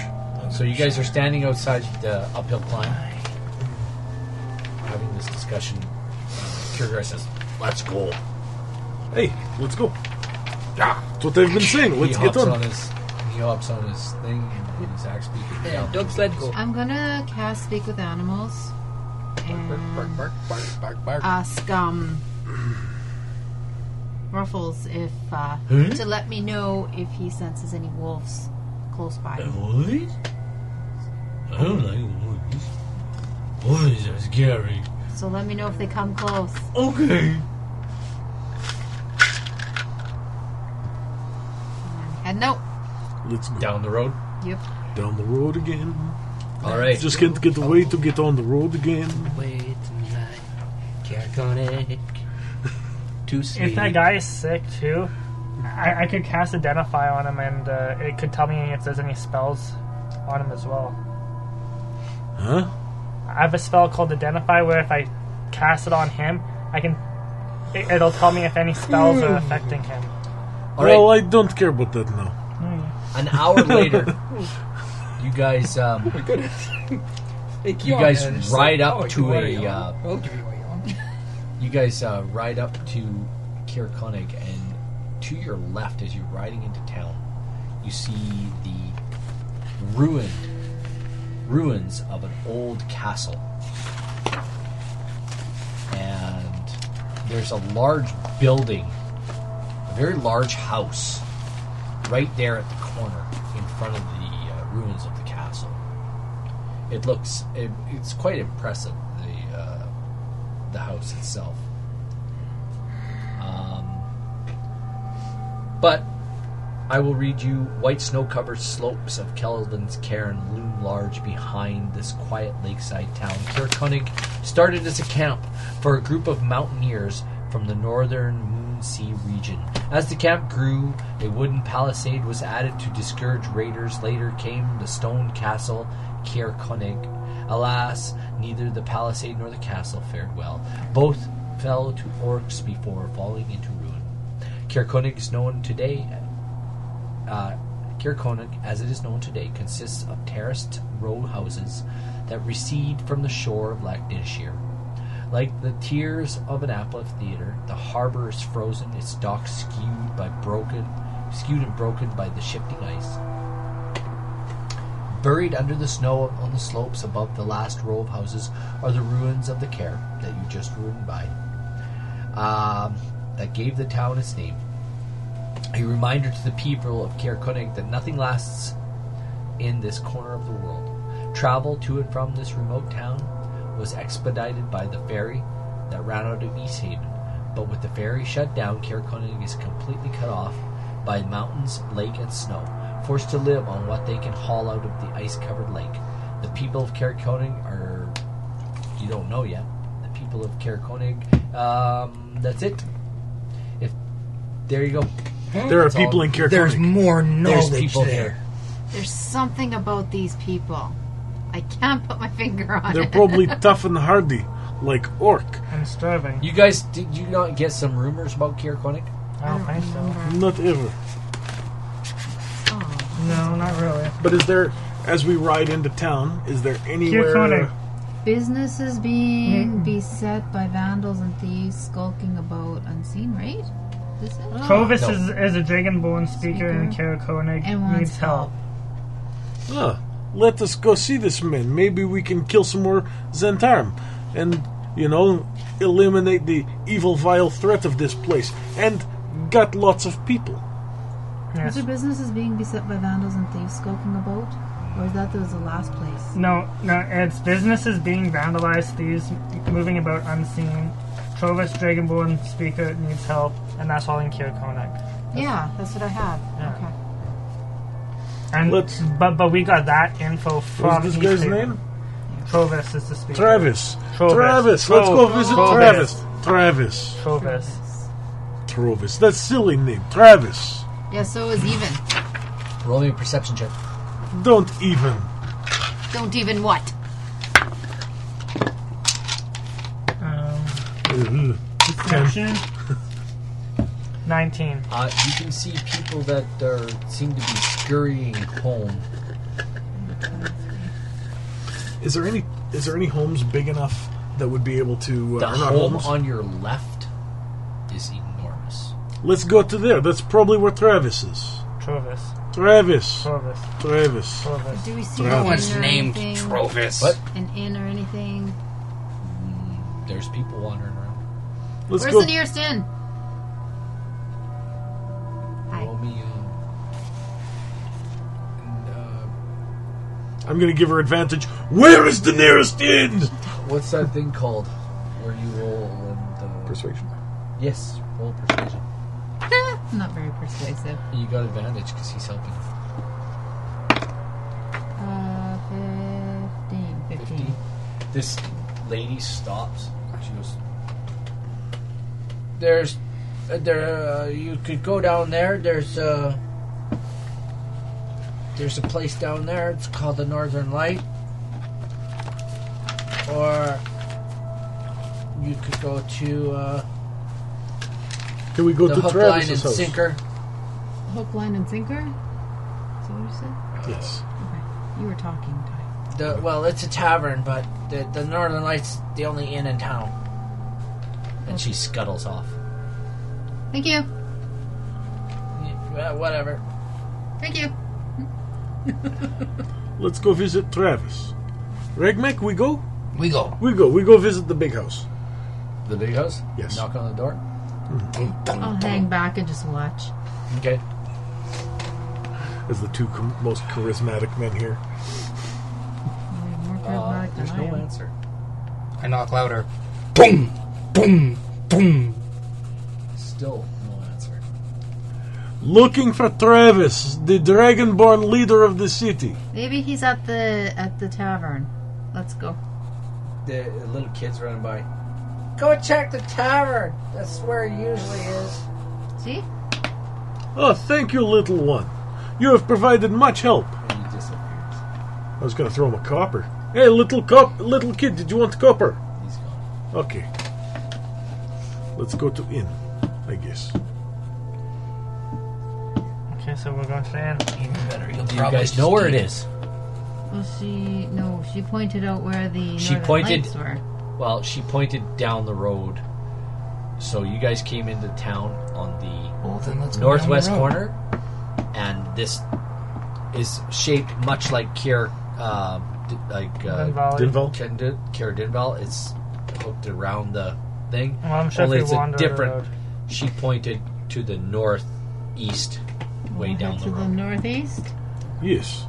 [SPEAKER 2] So you guys are standing outside the uphill climb, having this discussion. Kyrgyz says, "Let's go."
[SPEAKER 4] Hey, let's go. Yeah, that's what I've been saying. Let's
[SPEAKER 2] he
[SPEAKER 4] get
[SPEAKER 2] hops
[SPEAKER 4] on.
[SPEAKER 2] on. his he hops on his thing and his axe beak. and
[SPEAKER 7] Yeah,
[SPEAKER 2] down.
[SPEAKER 7] dogs let go.
[SPEAKER 5] I'm gonna cast Speak with Animals
[SPEAKER 7] Bark, bark,
[SPEAKER 5] and
[SPEAKER 7] bark, bark, bark, bark.
[SPEAKER 5] ask um, Ruffles if uh,
[SPEAKER 3] Hmm?
[SPEAKER 5] to let me know if he senses any wolves close by.
[SPEAKER 3] Oh.
[SPEAKER 9] Boys? I don't like boys. Boys are scary.
[SPEAKER 5] So let me know if they come close.
[SPEAKER 9] Okay.
[SPEAKER 5] And no,
[SPEAKER 4] Let's go
[SPEAKER 2] Down the road.
[SPEAKER 5] yep.
[SPEAKER 4] down the road again.
[SPEAKER 2] All right.
[SPEAKER 4] Just can't get away to get on the road again.
[SPEAKER 7] Wait tonight, Kirkonik. Too sleep.
[SPEAKER 3] If that guy is sick too, I, I could cast Identify on him, and uh, it could tell me if there's any spells on him as well.
[SPEAKER 4] Huh?
[SPEAKER 3] I have a spell called Identify where if I cast it on him, I can. It, it'll tell me if any spells are affecting him.
[SPEAKER 2] All right.
[SPEAKER 4] well, I don't care about that now.
[SPEAKER 2] An hour later, you guys um,
[SPEAKER 7] Like,
[SPEAKER 2] you guys
[SPEAKER 7] man, it's
[SPEAKER 2] ride up
[SPEAKER 7] oh,
[SPEAKER 2] to
[SPEAKER 7] you want
[SPEAKER 2] a,
[SPEAKER 7] yawn?
[SPEAKER 2] uh,
[SPEAKER 7] I'll give you a yawn.
[SPEAKER 2] You guys uh, ride up to Kirkonig, and to your left, as you're riding into town, you see the ruined ruins of an old castle, and there's a large building, a very large house, right there at the corner in front of the uh, ruins of the castle. It looks it, it's quite impressive. The uh, the house itself. Um, but I will read you white snow covered slopes of Keldon's Cairn loom large behind this quiet lakeside town. Kirkonig started as a camp for a group of mountaineers from the northern Moon Sea region. As the camp grew, a wooden palisade was added to discourage raiders. Later came the stone castle Kirkonig. Alas, neither the palisade nor the castle fared well. Both fell to orcs before falling into ruin. Kirkonig is known today uh, Kirkonik, as it is known today, consists of terraced row houses that recede from the shore of Lac Dinshire. Like the tiers of an amphitheatre, theater, the harbor is frozen, its docks skewed by broken, skewed and broken by the shifting ice. Buried under the snow on the slopes above the last row of houses are the ruins of the care that you just rode by, um, that gave the town its name a reminder to the people of Kirkunik that nothing lasts in this corner of the world. Travel to and from this remote town was expedited by the ferry that ran out of Easthaven, but with the ferry shut down, Kirkunik is completely cut off by mountains, lake, and snow, forced to live on what they can haul out of the ice-covered lake. The people of Kirkunik are you don't know yet. The people of Kirkunik. Um, that's it. If there you go.
[SPEAKER 4] There are
[SPEAKER 2] That's
[SPEAKER 4] people
[SPEAKER 2] all.
[SPEAKER 4] in Kirkland.
[SPEAKER 7] There's more
[SPEAKER 2] There's
[SPEAKER 7] knowledge
[SPEAKER 2] people
[SPEAKER 7] there.
[SPEAKER 2] there.
[SPEAKER 5] There's something about these people. I can't put my finger on
[SPEAKER 4] They're
[SPEAKER 5] it.
[SPEAKER 4] probably tough and hardy, like orc.
[SPEAKER 3] I'm starving.
[SPEAKER 2] You guys, did you not get some rumors about Kierkonik?
[SPEAKER 3] I don't think so.
[SPEAKER 2] Mm.
[SPEAKER 4] Not ever.
[SPEAKER 5] Oh,
[SPEAKER 3] No, not really.
[SPEAKER 4] But is there, as we ride into town, is there anywhere?
[SPEAKER 3] Kirkonic.
[SPEAKER 6] Business is
[SPEAKER 5] Hmm.
[SPEAKER 6] being
[SPEAKER 5] beset by vandals and thieves skulking about unseen, right? This is
[SPEAKER 3] Provis
[SPEAKER 2] No.
[SPEAKER 3] is, is a dragonborn speaker, and
[SPEAKER 5] And
[SPEAKER 3] Karakonig
[SPEAKER 5] wants
[SPEAKER 3] needs help.
[SPEAKER 4] Ah, let us go see this man. Maybe we can kill some more Zentarim. And, you know, eliminate the evil, vile threat of this place. And got lots of people.
[SPEAKER 6] is
[SPEAKER 3] Yes.
[SPEAKER 6] your business is being beset by vandals and thieves skulking about, or is that the the last place?
[SPEAKER 3] No, no, it's businesses being vandalized, thieves moving about unseen. Trovis, Dragonborn, Speaker needs help, and that's all in Kyokonek.
[SPEAKER 5] Yeah, that's what I have.
[SPEAKER 3] Yeah.
[SPEAKER 5] Okay.
[SPEAKER 3] And
[SPEAKER 4] Let's-
[SPEAKER 3] but but we got that info from
[SPEAKER 4] What's this
[SPEAKER 3] Ethan.
[SPEAKER 4] guy's name?
[SPEAKER 3] Trovis is the speaker.
[SPEAKER 4] Travis.
[SPEAKER 3] Trovis.
[SPEAKER 4] Travis. Let's go
[SPEAKER 3] Trovis.
[SPEAKER 4] visit
[SPEAKER 3] Trovis.
[SPEAKER 4] Travis. Travis.
[SPEAKER 3] Trovis.
[SPEAKER 4] Travis. That's silly name. Travis.
[SPEAKER 5] Yeah, so is even.
[SPEAKER 2] Roll me a perception check.
[SPEAKER 4] Don't even.
[SPEAKER 5] Don't even what?
[SPEAKER 3] Um,
[SPEAKER 4] Ugh.
[SPEAKER 3] Perception. Nineteen.
[SPEAKER 2] Uh, you can see people that are, seem to be scurrying home.
[SPEAKER 4] Is there any is there any homes big enough that would be able to uh,
[SPEAKER 2] The
[SPEAKER 4] or not
[SPEAKER 2] home
[SPEAKER 4] homes?
[SPEAKER 2] on your left is enormous.
[SPEAKER 4] Let's go to there. That's probably where Travis is.
[SPEAKER 3] Trovis.
[SPEAKER 4] Travis.
[SPEAKER 3] Trovis.
[SPEAKER 4] Travis.
[SPEAKER 3] Trovis.
[SPEAKER 5] Do we see
[SPEAKER 4] No
[SPEAKER 5] an
[SPEAKER 4] one's
[SPEAKER 5] inn or
[SPEAKER 7] named
[SPEAKER 5] anything?
[SPEAKER 7] Trovis.
[SPEAKER 2] What?
[SPEAKER 5] An inn or anything?
[SPEAKER 2] There's people wandering around.
[SPEAKER 4] Let's
[SPEAKER 5] Where's
[SPEAKER 4] go.
[SPEAKER 5] the nearest inn? Hi.
[SPEAKER 2] Roll me. Um, and, uh,
[SPEAKER 4] I'm gonna give her advantage. Where is the nearest inn?
[SPEAKER 2] what's that thing called where you roll and uh,
[SPEAKER 4] Persuasion.
[SPEAKER 2] Yes, roll persuasion.
[SPEAKER 5] Not very persuasive.
[SPEAKER 2] You got advantage because he's helping.
[SPEAKER 5] Uh, 15. 15.
[SPEAKER 2] This lady stops. She goes, "There's, uh, there. Uh, you could go down there. There's uh there's a place down there. It's called the Northern Light. Or you could go to uh,
[SPEAKER 4] Can we go
[SPEAKER 2] the
[SPEAKER 4] to
[SPEAKER 2] Hook, Line, and
[SPEAKER 4] Travis's house?
[SPEAKER 2] Sinker.
[SPEAKER 6] Hook, line, and sinker. Is that what you said?
[SPEAKER 4] Yes.
[SPEAKER 6] Okay, you were talking. Ty.
[SPEAKER 2] The, well, it's a tavern, but the, the Northern Light's the only inn in town." And she scuttles off.
[SPEAKER 5] Thank you.
[SPEAKER 2] Yeah, whatever.
[SPEAKER 5] Thank you.
[SPEAKER 4] Let's go visit Travis. Regmek, we go?
[SPEAKER 7] We go.
[SPEAKER 4] We go. We go visit the big house.
[SPEAKER 2] The big house?
[SPEAKER 4] Yes.
[SPEAKER 2] Knock on the door?
[SPEAKER 6] I'll hang back and just watch.
[SPEAKER 2] Okay.
[SPEAKER 4] As the two com- most charismatic men here.
[SPEAKER 6] You're more
[SPEAKER 2] Uh,
[SPEAKER 6] charismatic than
[SPEAKER 2] there's
[SPEAKER 6] I
[SPEAKER 2] no
[SPEAKER 6] am.
[SPEAKER 2] answer.
[SPEAKER 7] I knock louder. Boom! Boom! Boom!
[SPEAKER 2] Still no answer.
[SPEAKER 4] Looking for Travis, the dragonborn leader of the city.
[SPEAKER 5] Maybe he's at the at the tavern. Let's go.
[SPEAKER 2] The little kid's running by. Go check the tavern. That's where it usually is.
[SPEAKER 5] See?
[SPEAKER 4] Oh, thank you, little one. You have provided much help.
[SPEAKER 2] And he disappears.
[SPEAKER 4] I was going to throw him a copper. Hey, little cop, little kid, did you want copper?
[SPEAKER 2] He's gone.
[SPEAKER 4] Okay. Let's go to inn, I guess.
[SPEAKER 3] Okay, so we're going to the
[SPEAKER 4] Uh,
[SPEAKER 3] inn.
[SPEAKER 7] Even better. You'll
[SPEAKER 2] Do you
[SPEAKER 7] probably
[SPEAKER 2] guys
[SPEAKER 7] just
[SPEAKER 2] know where it
[SPEAKER 7] eat.
[SPEAKER 2] is?
[SPEAKER 5] Well, she no, she pointed out where the
[SPEAKER 2] She
[SPEAKER 5] Northern
[SPEAKER 2] pointed-
[SPEAKER 5] Lights were.
[SPEAKER 2] Well, she pointed down the road. So you guys came into town on the
[SPEAKER 7] Well, then let's go down the
[SPEAKER 2] northwest
[SPEAKER 7] road.
[SPEAKER 2] corner, and this is shaped much like Kier, uh, d- like uh,
[SPEAKER 3] Then volley.
[SPEAKER 4] Dinval?
[SPEAKER 2] Kend- Karadinval is hooked around the thing.
[SPEAKER 3] Well, I'm sure
[SPEAKER 2] only
[SPEAKER 3] if we
[SPEAKER 2] it's a
[SPEAKER 3] wander
[SPEAKER 2] different.
[SPEAKER 3] around.
[SPEAKER 2] She pointed to the northeast way
[SPEAKER 5] We'll
[SPEAKER 2] down
[SPEAKER 5] head
[SPEAKER 2] the
[SPEAKER 5] to the
[SPEAKER 2] road.
[SPEAKER 5] northeast.
[SPEAKER 4] Yes.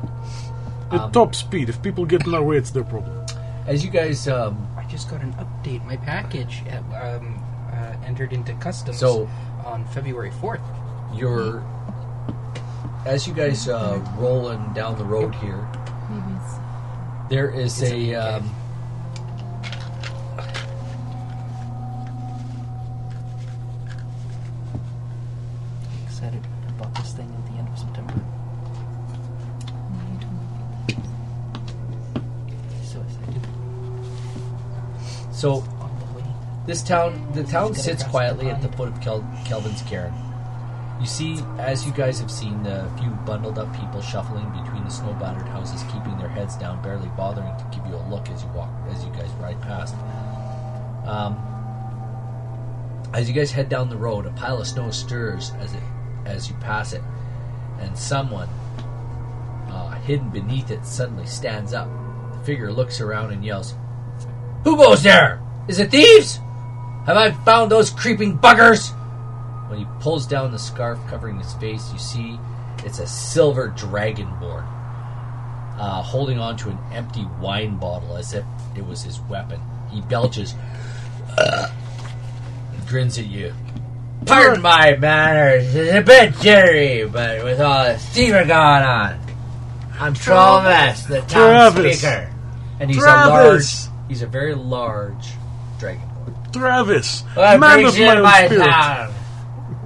[SPEAKER 4] At
[SPEAKER 2] Um,
[SPEAKER 4] top speed. If people get in our way, it's their problem.
[SPEAKER 2] As you guys, um,
[SPEAKER 7] I just got an update. My package uh, um, uh, entered into customs
[SPEAKER 2] So-
[SPEAKER 7] on February 4th.
[SPEAKER 2] your as you guys uh, rolling down the road here,
[SPEAKER 6] Maybe it's
[SPEAKER 2] there is
[SPEAKER 7] Is
[SPEAKER 2] a
[SPEAKER 7] it okay?
[SPEAKER 2] um,
[SPEAKER 7] Excited. I bought this thing at the end of September.
[SPEAKER 2] So
[SPEAKER 7] on the way.
[SPEAKER 2] This town, the town sits quietly at the foot of Kel- Kelvin's cairn. You see, as you guys have seen, the few bundled up people shuffling between the snow battered houses, keeping their heads down, barely bothering to give you a look as you walk, as you guys ride past. Um, as you guys head down the road, a pile of snow stirs as it as you pass it, and someone uh, hidden beneath it suddenly stands up. The figure looks around and yells, "Who goes there? Is it thieves?" Have I found those creeping buggers? When he pulls down the scarf covering his face, you see it's a silver dragonborn uh, holding on to an empty wine bottle as if it was his weapon. He belches uh, and grins at you. Pardon my manners, it's a bit jittery, but with all the thieving going on, I'm Travis, the town
[SPEAKER 4] Travis.
[SPEAKER 2] speaker. And he's
[SPEAKER 4] Travis.
[SPEAKER 2] a large, he's a very large dragonborn.
[SPEAKER 4] Travis,
[SPEAKER 2] Well,
[SPEAKER 4] man
[SPEAKER 2] brings
[SPEAKER 4] of
[SPEAKER 2] you
[SPEAKER 4] my
[SPEAKER 2] to
[SPEAKER 4] own
[SPEAKER 2] my
[SPEAKER 4] spirit.
[SPEAKER 2] town.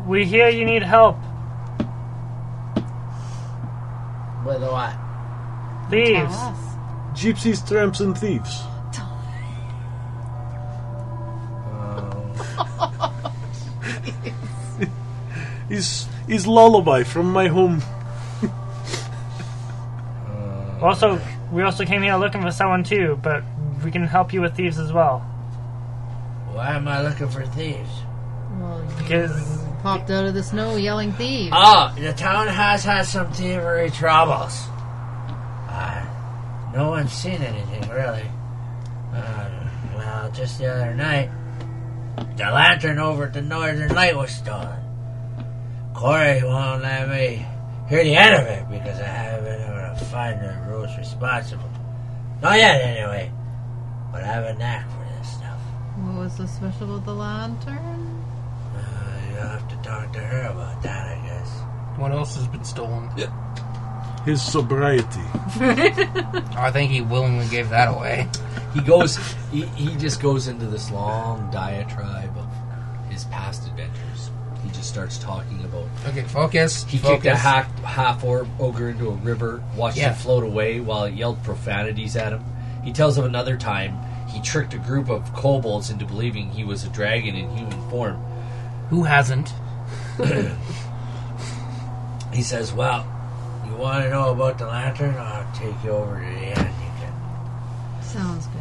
[SPEAKER 3] We hear you need help.
[SPEAKER 2] With what?
[SPEAKER 3] Thieves.
[SPEAKER 4] Gypsies, tramps, and thieves.
[SPEAKER 2] Um,
[SPEAKER 4] is is lullaby from my home?
[SPEAKER 3] Also, we also came here looking for someone too, but we can help you with thieves as well.
[SPEAKER 9] Why am I looking for thieves?
[SPEAKER 5] Well, you
[SPEAKER 3] Because
[SPEAKER 5] popped out of the snow yelling thieves.
[SPEAKER 2] Uh,
[SPEAKER 9] Oh, the town has had some thievery troubles. Uh, no one's seen anything, really. Uh, well, just the other night, the lantern over at the Northern Light was stolen. Corey won't let me hear the end of it because I haven't been able to find the who's responsible. Not yet, anyway. But I have a knack for this stuff.
[SPEAKER 5] What was so special about the lantern?
[SPEAKER 9] Uh, you'll have to talk to her about that, I guess.
[SPEAKER 7] What else has been stolen?
[SPEAKER 4] His sobriety.
[SPEAKER 7] I think he willingly gave that away.
[SPEAKER 2] He goes. he, he just goes into this long diatribe of his past adventures. He just starts talking about
[SPEAKER 7] Okay, focus.
[SPEAKER 2] he
[SPEAKER 7] focus.
[SPEAKER 2] kicked a half half orb ogre into a river, watched
[SPEAKER 7] Yeah.
[SPEAKER 2] him float away while it yelled profanities at him. He tells him another time he tricked a group of kobolds into believing he was a dragon in human form.
[SPEAKER 7] Who hasn't?
[SPEAKER 9] He says, Well, you want to know about the lantern? I'll take you over to the end. You
[SPEAKER 5] Sounds good.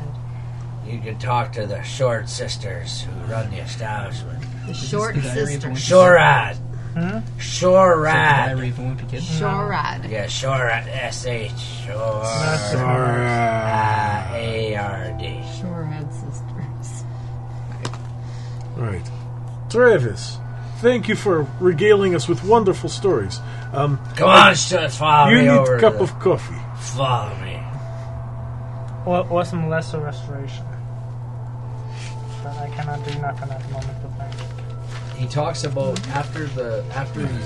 [SPEAKER 9] can, you can talk to the Short Sisters who run the establishment.
[SPEAKER 5] The short
[SPEAKER 7] the diary of
[SPEAKER 5] sister.
[SPEAKER 7] one-
[SPEAKER 9] Shorad!
[SPEAKER 3] Hmm?
[SPEAKER 9] Shorad!
[SPEAKER 7] Diary of a Wimpy Kid.
[SPEAKER 5] Shorad.
[SPEAKER 9] Yeah, Shorad. S H.
[SPEAKER 3] That's-
[SPEAKER 9] Shorad. Uh, A R D.
[SPEAKER 5] Shorad sisters.
[SPEAKER 4] Right. Travis, thank you for regaling us with wonderful stories. Um,
[SPEAKER 9] Come on, sh- follow
[SPEAKER 4] you
[SPEAKER 9] me
[SPEAKER 4] need
[SPEAKER 9] over.
[SPEAKER 4] a cup
[SPEAKER 9] to the-
[SPEAKER 4] of coffee.
[SPEAKER 9] Follow me.
[SPEAKER 3] or, or some lesser restoration. But I cannot do nothing at the moment with my
[SPEAKER 2] he talks about after the after he,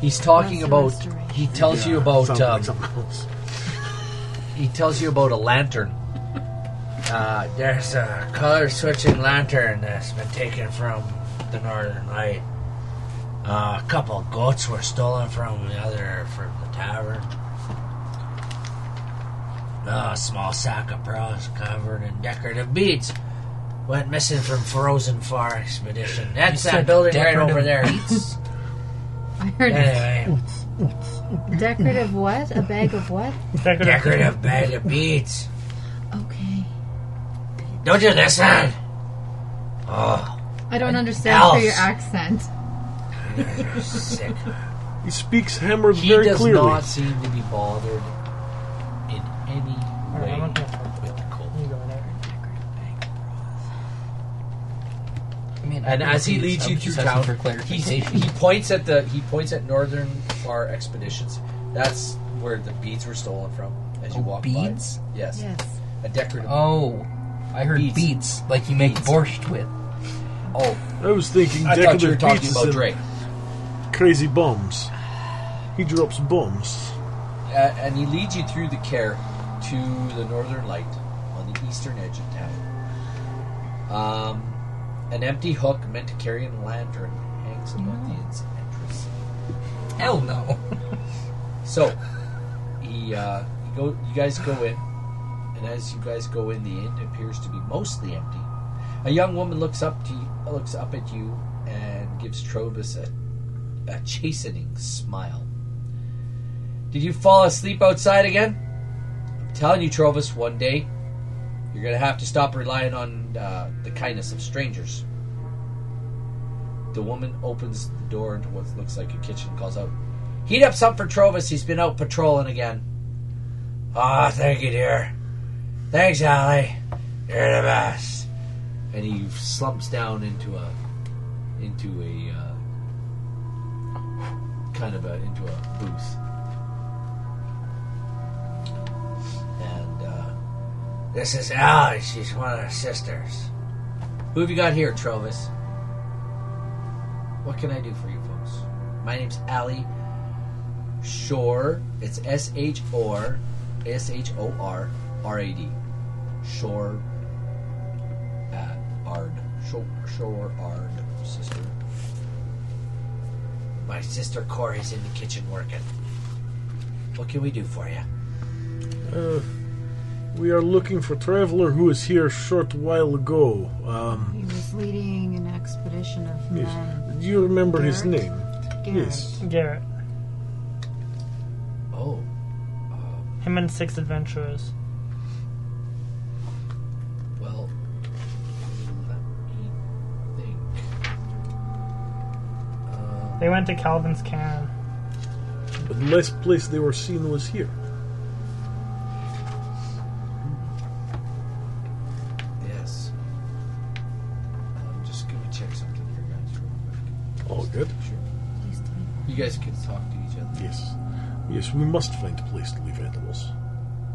[SPEAKER 2] he's talking about
[SPEAKER 5] Lesser
[SPEAKER 2] he tells you about
[SPEAKER 4] Sounds
[SPEAKER 2] um,
[SPEAKER 4] like something else.
[SPEAKER 2] he tells you about a lantern
[SPEAKER 9] Uh, there's a color switching lantern that's been taken from the Northern Light. Uh, a couple goats were stolen from the other from the tavern. Uh, a small sack of pearls covered in decorative beads went missing from Frozen Far Expedition. That's that
[SPEAKER 7] said
[SPEAKER 9] building right over
[SPEAKER 7] decorative
[SPEAKER 9] there.
[SPEAKER 5] I heard
[SPEAKER 9] anyway,
[SPEAKER 6] Decorative what? A bag of what?
[SPEAKER 3] decorative.
[SPEAKER 9] decorative bag of beads.
[SPEAKER 6] Okay.
[SPEAKER 9] Don't you listen? Oh,
[SPEAKER 5] I don't understand for your
[SPEAKER 9] elf.
[SPEAKER 5] accent.
[SPEAKER 9] you're sick.
[SPEAKER 4] He speaks hammered
[SPEAKER 2] he
[SPEAKER 4] very
[SPEAKER 2] does
[SPEAKER 4] clearly.
[SPEAKER 2] not seem to be bothered in any way
[SPEAKER 3] I'm looking for-
[SPEAKER 2] with the cold
[SPEAKER 3] You go there.
[SPEAKER 7] I mean,
[SPEAKER 2] and as he leads you
[SPEAKER 7] I'm
[SPEAKER 2] through
[SPEAKER 7] just asking
[SPEAKER 2] town
[SPEAKER 7] for
[SPEAKER 2] he,
[SPEAKER 7] clarification.
[SPEAKER 2] he points at the he points at northern far expeditions that's where the beads were stolen from as you
[SPEAKER 7] Oh,
[SPEAKER 2] walk
[SPEAKER 7] beads?
[SPEAKER 2] by yes,
[SPEAKER 5] Yes.
[SPEAKER 2] a decorative oh,
[SPEAKER 7] Oh, I heard
[SPEAKER 2] Beets.
[SPEAKER 7] beets, like you make
[SPEAKER 2] Beets.
[SPEAKER 7] borscht with. oh,
[SPEAKER 4] I was thinking
[SPEAKER 2] i thought you were
[SPEAKER 4] decorative
[SPEAKER 2] talking
[SPEAKER 4] beads
[SPEAKER 2] about
[SPEAKER 4] and
[SPEAKER 2] drake
[SPEAKER 4] crazy bombs. He drops bombs.
[SPEAKER 2] uh, and he leads you through the care to the northern light on the eastern edge of town. Um, an empty hook meant to carry a lantern hangs above the ins- entrance.
[SPEAKER 7] Hell no.
[SPEAKER 2] So he, uh, he go. You guys go in, and as you guys go in, the inn appears to be mostly empty, A young woman looks up to you, looks up at you and gives Trovis a, a chastening smile. Did you fall asleep outside again? I'm telling you, Trovis, one day you're gonna have to stop relying on uh, the kindness of strangers. The woman opens the door into what looks like a kitchen and calls out, Heat up some for Trovis, he's been out patrolling again. Ah,
[SPEAKER 9] Aw, thank you, dear. Thanks, Allie. You're the best.
[SPEAKER 2] and he slumps down into a into a uh, kind of a into a booth. And uh,
[SPEAKER 9] This is Allie. She's one of her sisters.
[SPEAKER 2] who have you got here, Trovis? What can I do for you, folks? My name's Ali Shore. It's S H O R S H O R R A D. Shore. Uh, Ard. Shore, Shore Ard. Sister.
[SPEAKER 9] My sister Corey's in the kitchen working.
[SPEAKER 2] What can we do for you?
[SPEAKER 4] Uh, we are looking for traveler who was here short while ago. Um,
[SPEAKER 6] He was leading an expedition of
[SPEAKER 4] yes.
[SPEAKER 6] men.
[SPEAKER 4] Do you remember his
[SPEAKER 6] Garrett?
[SPEAKER 4] name?
[SPEAKER 6] Garrett.
[SPEAKER 4] Yes.
[SPEAKER 3] Garrett.
[SPEAKER 2] Oh.
[SPEAKER 3] Him and six adventurers.
[SPEAKER 2] Well, let me think. Uh,
[SPEAKER 3] They went to Calvin's Cairn.
[SPEAKER 4] But last place they were seen was here.
[SPEAKER 2] yes. I'm just gonna check something here, guys, real quick.
[SPEAKER 4] All good.
[SPEAKER 2] Sure. You guys can talk to each other.
[SPEAKER 4] Yes. Yes, we must find a place to leave animals.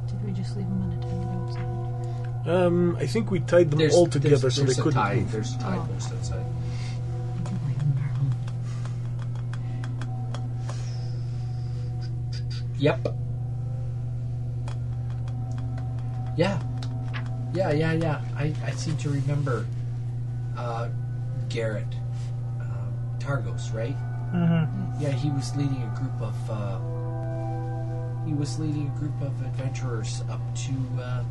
[SPEAKER 6] Did we just leave him unattended outside?
[SPEAKER 4] Um, I think we tied them
[SPEAKER 2] There's,
[SPEAKER 4] all together
[SPEAKER 2] there's,
[SPEAKER 4] so
[SPEAKER 2] there's
[SPEAKER 4] they
[SPEAKER 2] a
[SPEAKER 4] couldn't
[SPEAKER 2] tie,
[SPEAKER 4] move.
[SPEAKER 2] There's a tie
[SPEAKER 6] Oh.
[SPEAKER 2] post outside. Yep. Yeah. Yeah, yeah, yeah. I, I seem to remember uh, Garrett. Um, Targos, right?
[SPEAKER 3] Mm-hmm.
[SPEAKER 2] Yeah, he was leading a group of. Uh, he was leading a group of adventurers up to uh,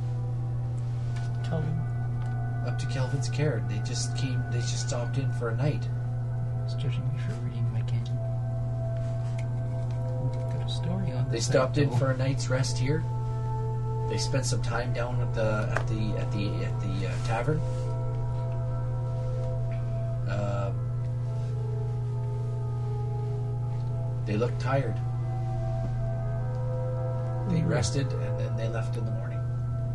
[SPEAKER 3] Calvin.
[SPEAKER 2] up to Kelvin's Cairn. They just came. They just stopped in for a night.
[SPEAKER 7] It's judging me for reading my game. Got a story on
[SPEAKER 2] They
[SPEAKER 7] this
[SPEAKER 2] stopped in
[SPEAKER 7] though.
[SPEAKER 2] for a night's rest here. They spent some time down at the at the at the at the uh, tavern. Uh, they looked tired. They rested and then they left in the morning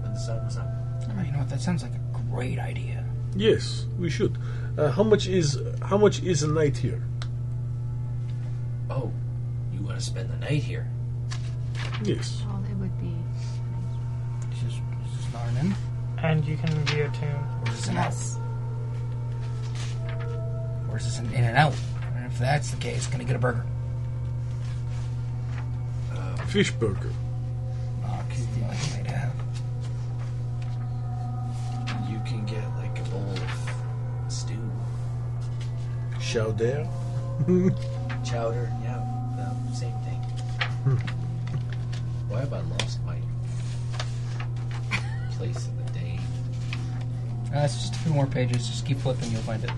[SPEAKER 2] when the sun was up.
[SPEAKER 7] Oh, you know what? That sounds like a great idea.
[SPEAKER 4] Yes, we should. Uh, how much is how much is a night here?
[SPEAKER 2] Oh, you want to spend the night here?
[SPEAKER 4] Yes.
[SPEAKER 6] Well, it would be.
[SPEAKER 7] Is this, is this not an in?
[SPEAKER 3] And you can be a tune.
[SPEAKER 7] Or is this an out? Or is this an in and out? And if that's the case, can I get a burger?
[SPEAKER 4] Fish burger.
[SPEAKER 7] Oh, 'cause the only thing I'd have.
[SPEAKER 2] You can get like a bowl of stew,
[SPEAKER 4] Chowder.
[SPEAKER 2] chowder. Yeah, no, same thing. Why have I lost my place in the day?
[SPEAKER 7] Uh, it's just a few more pages. Just keep flipping, you'll find it.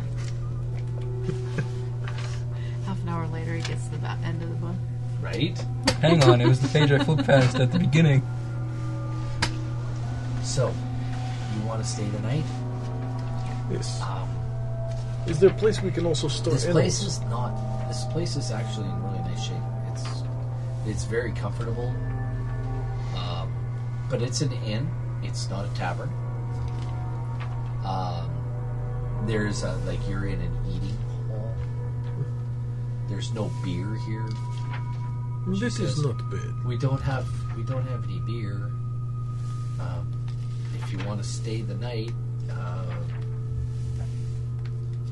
[SPEAKER 5] Half an hour later, he gets to the ba- end of the book.
[SPEAKER 2] Right.
[SPEAKER 7] Hang on, it was the page I flipped past at the beginning.
[SPEAKER 2] So, you want to stay the night?
[SPEAKER 4] Yes.
[SPEAKER 2] Um,
[SPEAKER 4] Is there a place we can also store
[SPEAKER 2] this
[SPEAKER 4] animals?
[SPEAKER 2] place is not. This place is actually in really nice shape. It's it's very comfortable. Um, but it's an inn. It's not a tavern. Um, there's a, like you're in an eating hall. There's no beer here.
[SPEAKER 4] this
[SPEAKER 2] says.
[SPEAKER 4] is not bad.
[SPEAKER 2] We don't have we don't have any beer. Um, if you want to stay the night, uh,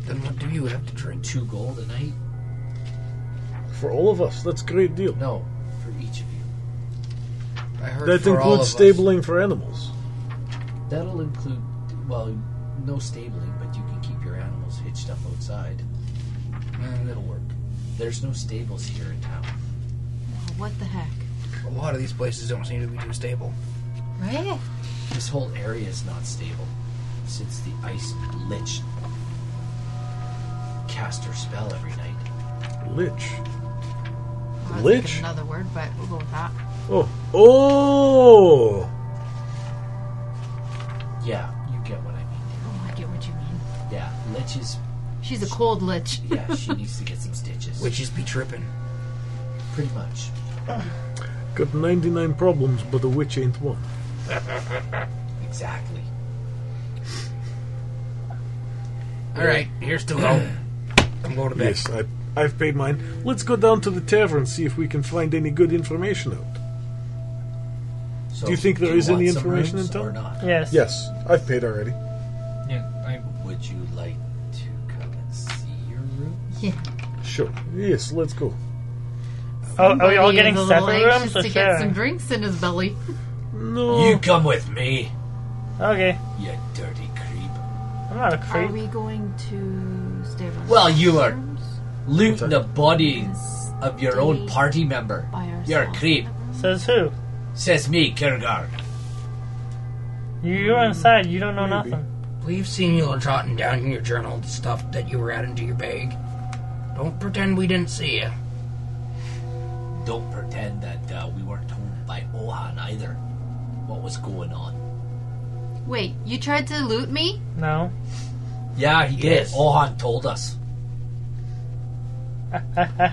[SPEAKER 7] Then what do you have to drink?
[SPEAKER 2] two gold a night.
[SPEAKER 4] For all of us, that's a great deal.
[SPEAKER 2] No, for each of you.
[SPEAKER 7] I heard
[SPEAKER 4] that
[SPEAKER 7] for all of
[SPEAKER 4] includes
[SPEAKER 7] us.
[SPEAKER 4] stabling for animals.
[SPEAKER 2] That'll include, well, no stabling, but you can keep your animals hitched up outside.
[SPEAKER 7] Man,
[SPEAKER 2] It'll work. There's no stables here in town.
[SPEAKER 5] Oh, what the heck?
[SPEAKER 7] a lot of these places don't seem to be too stable.
[SPEAKER 5] Right?
[SPEAKER 2] This whole area is not stable. since the ice lich cast her spell every night.
[SPEAKER 4] Lich.
[SPEAKER 5] I was
[SPEAKER 4] Lich?
[SPEAKER 5] thinking Another word, but we'll go with that.
[SPEAKER 4] Oh. Oh!
[SPEAKER 2] Yeah, you get what I mean.
[SPEAKER 5] Oh, I get what you mean.
[SPEAKER 2] Yeah, lich is.
[SPEAKER 5] She's a cold lich.
[SPEAKER 2] Yeah, she needs to get some stitches.
[SPEAKER 7] Witches be tripping.
[SPEAKER 2] pretty much.
[SPEAKER 4] Got 99 problems, but a witch ain't one.
[SPEAKER 2] Exactly.
[SPEAKER 7] All right, here's to go. I'm going to bed.
[SPEAKER 4] Yes, I, I've paid mine. Let's go down to the tavern see if we can find any good information out.
[SPEAKER 2] So
[SPEAKER 4] Do you think there
[SPEAKER 2] there is
[SPEAKER 4] is any information in town?
[SPEAKER 2] Or not?
[SPEAKER 3] Yes.
[SPEAKER 4] Yes, I've paid already.
[SPEAKER 7] Yeah, I,
[SPEAKER 2] Would you like to come and see your room?
[SPEAKER 5] Yeah.
[SPEAKER 4] Sure. Yes, let's go.
[SPEAKER 3] Oh, are we all
[SPEAKER 5] Somebody
[SPEAKER 3] getting
[SPEAKER 5] is a little
[SPEAKER 3] separate rooms Oh,
[SPEAKER 5] anxious
[SPEAKER 3] or
[SPEAKER 5] to get some
[SPEAKER 3] sharing?
[SPEAKER 5] drinks in his belly.
[SPEAKER 4] No.
[SPEAKER 2] You come with me,
[SPEAKER 3] Okay.
[SPEAKER 2] you dirty creep.
[SPEAKER 3] I'm not a
[SPEAKER 6] Are
[SPEAKER 3] creep.
[SPEAKER 6] we going to stay by
[SPEAKER 2] Well, you are
[SPEAKER 6] ourselves?
[SPEAKER 2] looting the bodies
[SPEAKER 6] Yes.
[SPEAKER 2] of your own party member.
[SPEAKER 6] By ourselves.
[SPEAKER 2] You're a creep,
[SPEAKER 3] Says who?
[SPEAKER 2] says me, Kirgar.
[SPEAKER 3] You, you're inside. You don't know
[SPEAKER 4] Maybe.
[SPEAKER 3] nothing.
[SPEAKER 7] We've seen you jotting down in your journal the stuff that you were adding to your bag. Don't pretend we didn't see you.
[SPEAKER 2] Don't pretend that uh, we weren't told by Ohan either what was going on.
[SPEAKER 5] Wait, you tried to loot me?
[SPEAKER 3] No.
[SPEAKER 2] Yeah, Uh, he did.
[SPEAKER 7] Yes.
[SPEAKER 2] Ohan told us.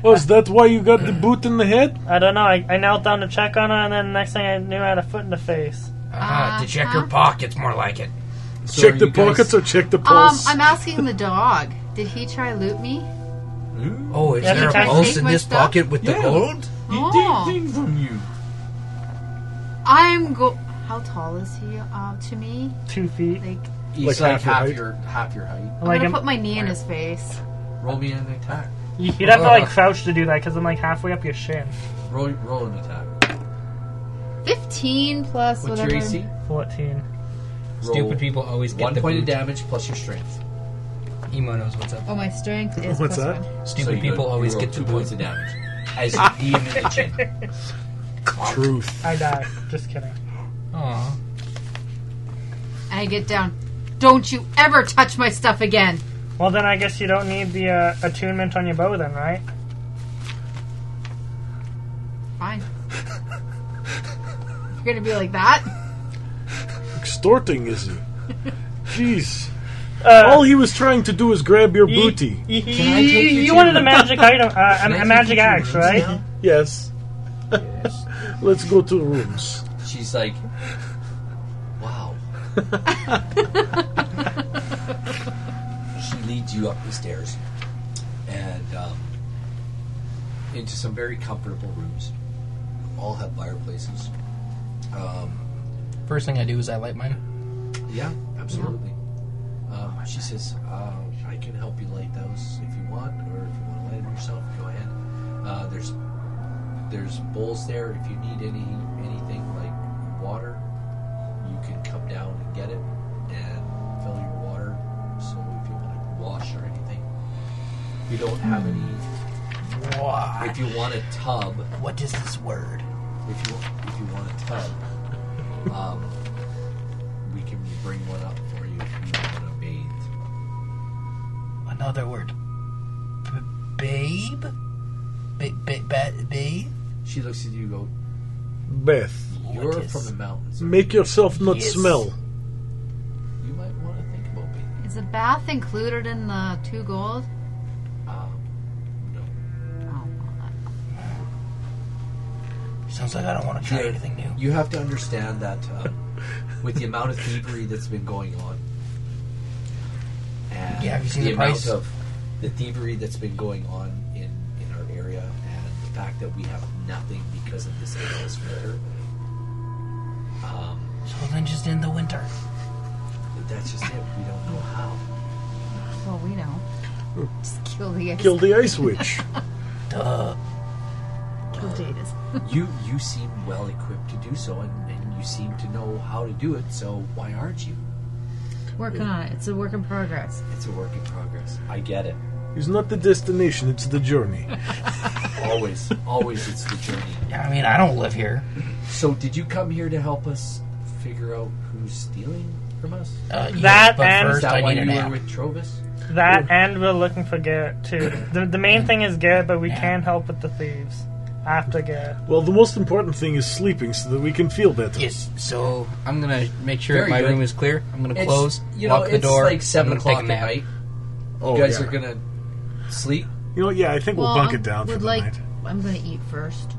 [SPEAKER 4] Oh, is that why you got the boot in the head?
[SPEAKER 3] I don't know. I, I knelt down to check on her, and then next thing I knew, I had a foot in the face.
[SPEAKER 7] Ah, to check your
[SPEAKER 5] Uh-huh.
[SPEAKER 7] pockets more like it.
[SPEAKER 2] So are
[SPEAKER 4] check the
[SPEAKER 2] you guys-
[SPEAKER 4] pockets or check the
[SPEAKER 5] Um,
[SPEAKER 4] pulse?
[SPEAKER 5] I'm asking the dog. Did he try loot me?
[SPEAKER 7] Oh, is
[SPEAKER 3] Yeah,
[SPEAKER 7] there a
[SPEAKER 3] can I
[SPEAKER 7] pulse
[SPEAKER 5] take
[SPEAKER 7] in
[SPEAKER 5] my
[SPEAKER 7] this
[SPEAKER 5] stuff?
[SPEAKER 7] pocket with the
[SPEAKER 2] Yeah.
[SPEAKER 7] gold?
[SPEAKER 5] Oh.
[SPEAKER 2] ding from you.
[SPEAKER 5] I'm go. How tall is he uh, to me?
[SPEAKER 3] Two feet.
[SPEAKER 5] Like,
[SPEAKER 2] He's
[SPEAKER 4] Like
[SPEAKER 2] like,
[SPEAKER 4] half your
[SPEAKER 2] half,
[SPEAKER 4] height?
[SPEAKER 2] your half your height.
[SPEAKER 5] I'm
[SPEAKER 3] Like
[SPEAKER 5] gonna
[SPEAKER 3] I'm,
[SPEAKER 5] put my knee in his face.
[SPEAKER 2] Roll me an attack.
[SPEAKER 3] you- you'd have to like crouch to do that because I'm like halfway up your shin.
[SPEAKER 2] Roll roll an attack.
[SPEAKER 5] 15 plus
[SPEAKER 2] What's
[SPEAKER 5] whatever.
[SPEAKER 2] your
[SPEAKER 7] E
[SPEAKER 2] AC?
[SPEAKER 3] Fourteen.
[SPEAKER 2] Roll
[SPEAKER 7] Stupid people always get
[SPEAKER 2] One
[SPEAKER 7] the
[SPEAKER 2] point of
[SPEAKER 7] boot.
[SPEAKER 2] damage plus your strength.
[SPEAKER 7] Emo knows what's up.
[SPEAKER 5] Oh, my strength is
[SPEAKER 4] What's
[SPEAKER 5] plus
[SPEAKER 4] that?
[SPEAKER 5] one.
[SPEAKER 7] Stupid
[SPEAKER 2] So you
[SPEAKER 7] people
[SPEAKER 2] go- you
[SPEAKER 7] always
[SPEAKER 2] roll
[SPEAKER 7] get the
[SPEAKER 2] two
[SPEAKER 7] boot.
[SPEAKER 2] points of damage. As you beam in the chin.
[SPEAKER 4] Truth.
[SPEAKER 3] I die. Just kidding.
[SPEAKER 7] Aw.
[SPEAKER 5] And I get down. Don't you ever touch my stuff again.
[SPEAKER 3] Well, then I guess you don't need the uh, attunement on your bow, then, right?
[SPEAKER 5] Fine. You're gonna be like that?
[SPEAKER 4] Extorting, is he? Jeez.
[SPEAKER 3] Uh,
[SPEAKER 4] All he was trying to do was grab your booty.
[SPEAKER 3] You,
[SPEAKER 7] I take your
[SPEAKER 3] you wanted a
[SPEAKER 7] two?
[SPEAKER 3] magic item, uh, a, a
[SPEAKER 7] take
[SPEAKER 3] magic
[SPEAKER 7] your two
[SPEAKER 3] axe,
[SPEAKER 7] rooms
[SPEAKER 3] right?
[SPEAKER 7] now?
[SPEAKER 4] Yes. Let's go to rooms.
[SPEAKER 2] She's like, wow. she leads you up the stairs and um, into some very comfortable rooms. All have fireplaces. Um,
[SPEAKER 7] First thing I do is I light mine.
[SPEAKER 2] yeah, absolutely. Um, she says, uh, I can help you light those if you want, or if you want to light them yourself, go ahead. Uh, there's there's bowls there if you need any anything like water you can come down and get it and fill your water so if you want to wash or anything we don't have any if you want a tub what is this word if you if you want a tub um, we can bring one up for you if you want to bathe
[SPEAKER 7] Another word. babe? Ba- ba- ba- babe?
[SPEAKER 2] she looks at you and go
[SPEAKER 4] Beth,
[SPEAKER 2] you're
[SPEAKER 7] What is-
[SPEAKER 2] from the mountains
[SPEAKER 4] make yourself not
[SPEAKER 7] Yes.
[SPEAKER 4] smell.
[SPEAKER 2] you might want to think about bathing
[SPEAKER 5] Is a bath included in the two gold?
[SPEAKER 2] um, no
[SPEAKER 5] Oh, well, that-
[SPEAKER 7] Sounds like I don't want to try
[SPEAKER 2] Yeah.
[SPEAKER 7] anything new.
[SPEAKER 2] You have to understand that um, with the amount of thievery that's been going on, and
[SPEAKER 7] Yeah, have you seen the
[SPEAKER 2] amount
[SPEAKER 7] price?
[SPEAKER 2] of the thievery that's been going on in, in our area, and the fact that we have nothing because of this endless winter, um,
[SPEAKER 7] So then just in the winter.
[SPEAKER 2] that's just it. We don't know how.
[SPEAKER 5] well, we know. Just kill the ice.
[SPEAKER 4] Kill the ice witch.
[SPEAKER 7] Duh.
[SPEAKER 5] Kill Jadis.
[SPEAKER 2] You you seem well equipped to do so, and, and you seem to know how to do it. So why aren't you?
[SPEAKER 5] Working on it. It's a work in progress.
[SPEAKER 2] It's a work in progress. I get it.
[SPEAKER 4] it's not the destination, it's the journey.
[SPEAKER 2] Always, always, it's the journey.
[SPEAKER 7] Yeah, I mean, I don't live here.
[SPEAKER 2] So, did you come here to help us figure out who's stealing from us?
[SPEAKER 7] Uh, yes,
[SPEAKER 3] That
[SPEAKER 7] but
[SPEAKER 3] and-
[SPEAKER 7] first
[SPEAKER 2] Is that
[SPEAKER 7] I
[SPEAKER 2] why
[SPEAKER 7] need
[SPEAKER 2] you
[SPEAKER 7] an
[SPEAKER 2] were
[SPEAKER 7] app.
[SPEAKER 2] with Trovis?
[SPEAKER 3] That and we're looking for Garrett too. The, the main thing is Garrett, but we can help with the thieves after Garrett.
[SPEAKER 4] Well, the most important thing is sleeping so that we can feel better.
[SPEAKER 7] Yes. So I'm gonna make sure
[SPEAKER 2] Very
[SPEAKER 7] my
[SPEAKER 2] good.
[SPEAKER 7] room is clear. I'm gonna
[SPEAKER 2] It's-
[SPEAKER 7] close,
[SPEAKER 2] you know,
[SPEAKER 7] lock the
[SPEAKER 2] it's
[SPEAKER 7] door.
[SPEAKER 2] like seven
[SPEAKER 7] I'm gonna take
[SPEAKER 2] o'clock
[SPEAKER 7] a
[SPEAKER 2] at
[SPEAKER 7] nap.
[SPEAKER 2] night.
[SPEAKER 4] Oh,
[SPEAKER 2] You guys
[SPEAKER 4] yeah.
[SPEAKER 2] are gonna sleep.
[SPEAKER 4] You know, yeah, I think we'll,
[SPEAKER 6] Well,
[SPEAKER 4] bunk
[SPEAKER 6] I
[SPEAKER 4] it down for
[SPEAKER 6] would
[SPEAKER 4] the
[SPEAKER 6] like,
[SPEAKER 4] night.
[SPEAKER 6] I'm gonna eat first.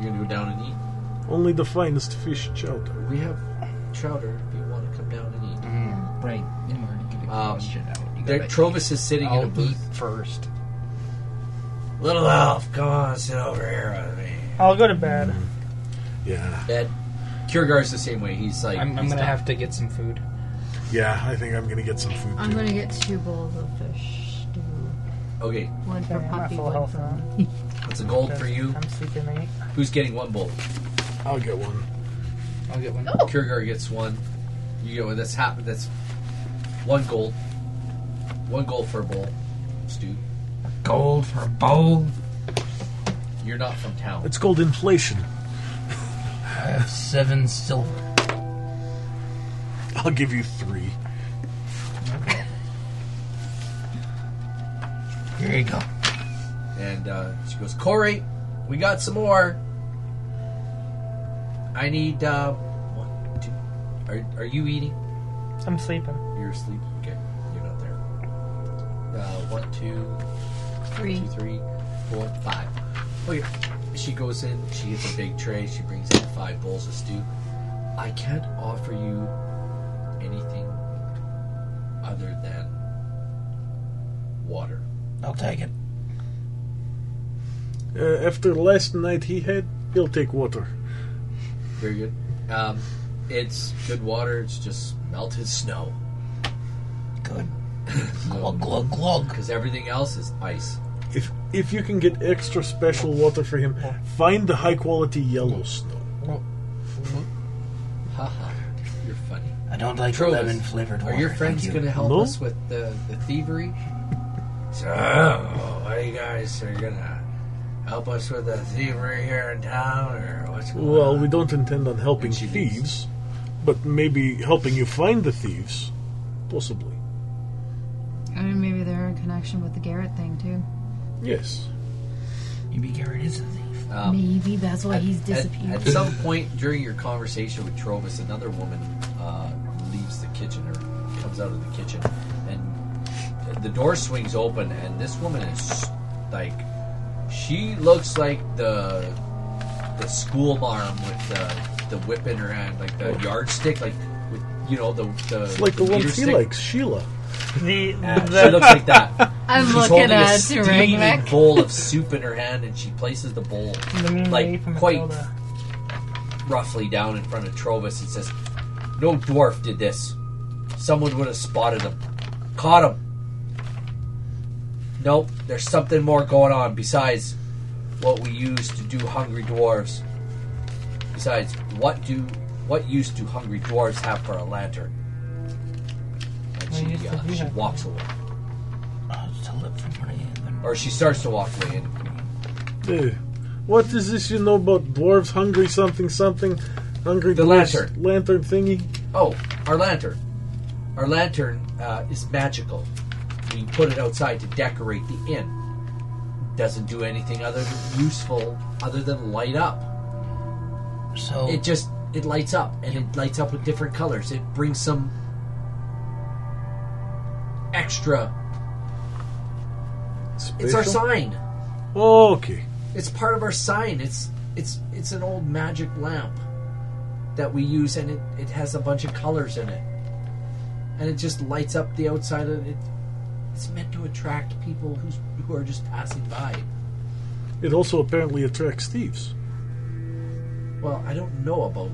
[SPEAKER 2] You're gonna go down and eat.
[SPEAKER 4] Only the finest fish chowder.
[SPEAKER 2] We have chowder if you want to come down and eat.
[SPEAKER 7] Right. In order to get the
[SPEAKER 2] Um,
[SPEAKER 7] question out, you
[SPEAKER 2] Mm-hmm. There,
[SPEAKER 7] gotta
[SPEAKER 2] Trovis is
[SPEAKER 7] eat.
[SPEAKER 2] sitting in a
[SPEAKER 7] I'll eat
[SPEAKER 2] booth.
[SPEAKER 7] first.
[SPEAKER 9] Little elf, come on, sit over here with me.
[SPEAKER 3] I'll go to bed.
[SPEAKER 2] Mm-hmm.
[SPEAKER 4] Yeah,
[SPEAKER 2] That Kiergar's the same way. He's like
[SPEAKER 7] I'm, I'm
[SPEAKER 2] he's
[SPEAKER 7] gonna
[SPEAKER 2] down.
[SPEAKER 7] have to get some food.
[SPEAKER 4] yeah, I think I'm gonna get some food
[SPEAKER 6] I'm
[SPEAKER 4] too.
[SPEAKER 6] gonna get two bowls of fish stew.
[SPEAKER 2] Okay,
[SPEAKER 6] One for
[SPEAKER 3] Okay, I'm at
[SPEAKER 6] puppy,
[SPEAKER 3] full
[SPEAKER 6] one
[SPEAKER 3] health
[SPEAKER 6] for
[SPEAKER 3] now.
[SPEAKER 6] me.
[SPEAKER 2] it's a gold for you.
[SPEAKER 3] I'm sleeping eight.
[SPEAKER 2] Who's getting one bowl?
[SPEAKER 4] I'll get one.
[SPEAKER 7] I'll get one.
[SPEAKER 2] Kiergar gets one. You get one. That's half. That's one gold. One gold for a bowl, Stu.
[SPEAKER 7] Gold for a bowl.
[SPEAKER 2] You're not from town.
[SPEAKER 4] It's called inflation.
[SPEAKER 7] I have seven silver.
[SPEAKER 4] I'll give you three.
[SPEAKER 7] Here you go.
[SPEAKER 2] And uh, she goes, Corey, we got some more. I need uh, one, two. Are, are you eating?
[SPEAKER 3] I'm sleeping.
[SPEAKER 2] You're asleep. Okay, you're not there. Uh, one, two,
[SPEAKER 6] Three.
[SPEAKER 2] two, three, four, five. Oh yeah. She goes in. She gets a big tray. She brings in five bowls of stew. I can't offer you anything other than water.
[SPEAKER 7] I'll take it.
[SPEAKER 4] Uh, after last night he had, he'll take water.
[SPEAKER 2] Very good. Um, it's good water. It's just melted snow.
[SPEAKER 7] Good.
[SPEAKER 2] Glug,
[SPEAKER 7] glug glug.
[SPEAKER 2] Because everything else is ice.
[SPEAKER 4] If if you can get extra special water for him, find the high quality yellow snow.
[SPEAKER 2] Haha. You're funny.
[SPEAKER 7] I don't like
[SPEAKER 2] Trovis, Are your friends going to help
[SPEAKER 4] No?
[SPEAKER 2] us with the, the thievery?
[SPEAKER 9] So, are you guys are gonna help us with the thievery here in town, or what's going
[SPEAKER 4] Well,
[SPEAKER 9] on?
[SPEAKER 4] we don't intend on helping
[SPEAKER 2] And she leaves.
[SPEAKER 4] thieves, but maybe helping you find the thieves, possibly.
[SPEAKER 6] I mean, maybe they're in connection with the Garrett thing too.
[SPEAKER 4] Yes.
[SPEAKER 7] Maybe Garrett is a thief.
[SPEAKER 2] Um,
[SPEAKER 6] maybe that's why
[SPEAKER 2] at-
[SPEAKER 6] he's
[SPEAKER 2] at-
[SPEAKER 6] disappeared.
[SPEAKER 2] At, some point during your conversation with Trovis, another woman uh, leaves the kitchen or comes out of the kitchen, and the door swings open, and this woman is like, she looks like the the school mom with the, the whip in her hand, like the yardstick, like with you know the the
[SPEAKER 4] It's like the one
[SPEAKER 2] meter
[SPEAKER 4] he
[SPEAKER 2] stick.
[SPEAKER 4] likes, Sheila.
[SPEAKER 3] The
[SPEAKER 2] Yeah, she looks like that.
[SPEAKER 6] I'm
[SPEAKER 2] She's
[SPEAKER 6] looking
[SPEAKER 2] holding a
[SPEAKER 6] at
[SPEAKER 2] steaming
[SPEAKER 6] Terengmek.
[SPEAKER 2] bowl of soup in her hand, and she places the bowl
[SPEAKER 3] the mean
[SPEAKER 2] like,
[SPEAKER 3] lady from
[SPEAKER 2] quite-
[SPEAKER 3] Matilda.
[SPEAKER 2] roughly down in front of Trovis and says, No dwarf did this. Someone would have spotted him. Caught him. Nope, there's something more going on besides what we use to do hungry dwarves. Besides, what do what use do hungry dwarves have for a lantern? And
[SPEAKER 3] We used
[SPEAKER 2] she,
[SPEAKER 3] to
[SPEAKER 2] uh,
[SPEAKER 3] do
[SPEAKER 2] she
[SPEAKER 3] that.
[SPEAKER 2] walks away.
[SPEAKER 7] I'll just look for one of
[SPEAKER 2] Or she starts to walk away and
[SPEAKER 4] Eh, what is this you know about dwarves hungry something something? Hungry
[SPEAKER 2] The
[SPEAKER 4] dwarves
[SPEAKER 2] lantern.
[SPEAKER 4] lantern thingy?
[SPEAKER 2] Oh, our lantern. Our lantern uh, is magical. We put it outside to decorate the inn. Doesn't do anything other than useful, other than light up.
[SPEAKER 7] So
[SPEAKER 2] It just it lights up, and it lights up with different colors. It brings some extra. It's our
[SPEAKER 4] Special? Oh,
[SPEAKER 2] sign.
[SPEAKER 4] Okay.
[SPEAKER 2] It's part of our sign. It's it's it's an old magic lamp that we use, and it, it has a bunch of colors in it, and it just lights up the outside of it. It's meant to attract people who's, who are just passing by.
[SPEAKER 4] It also apparently attracts thieves.
[SPEAKER 2] Well, I don't know about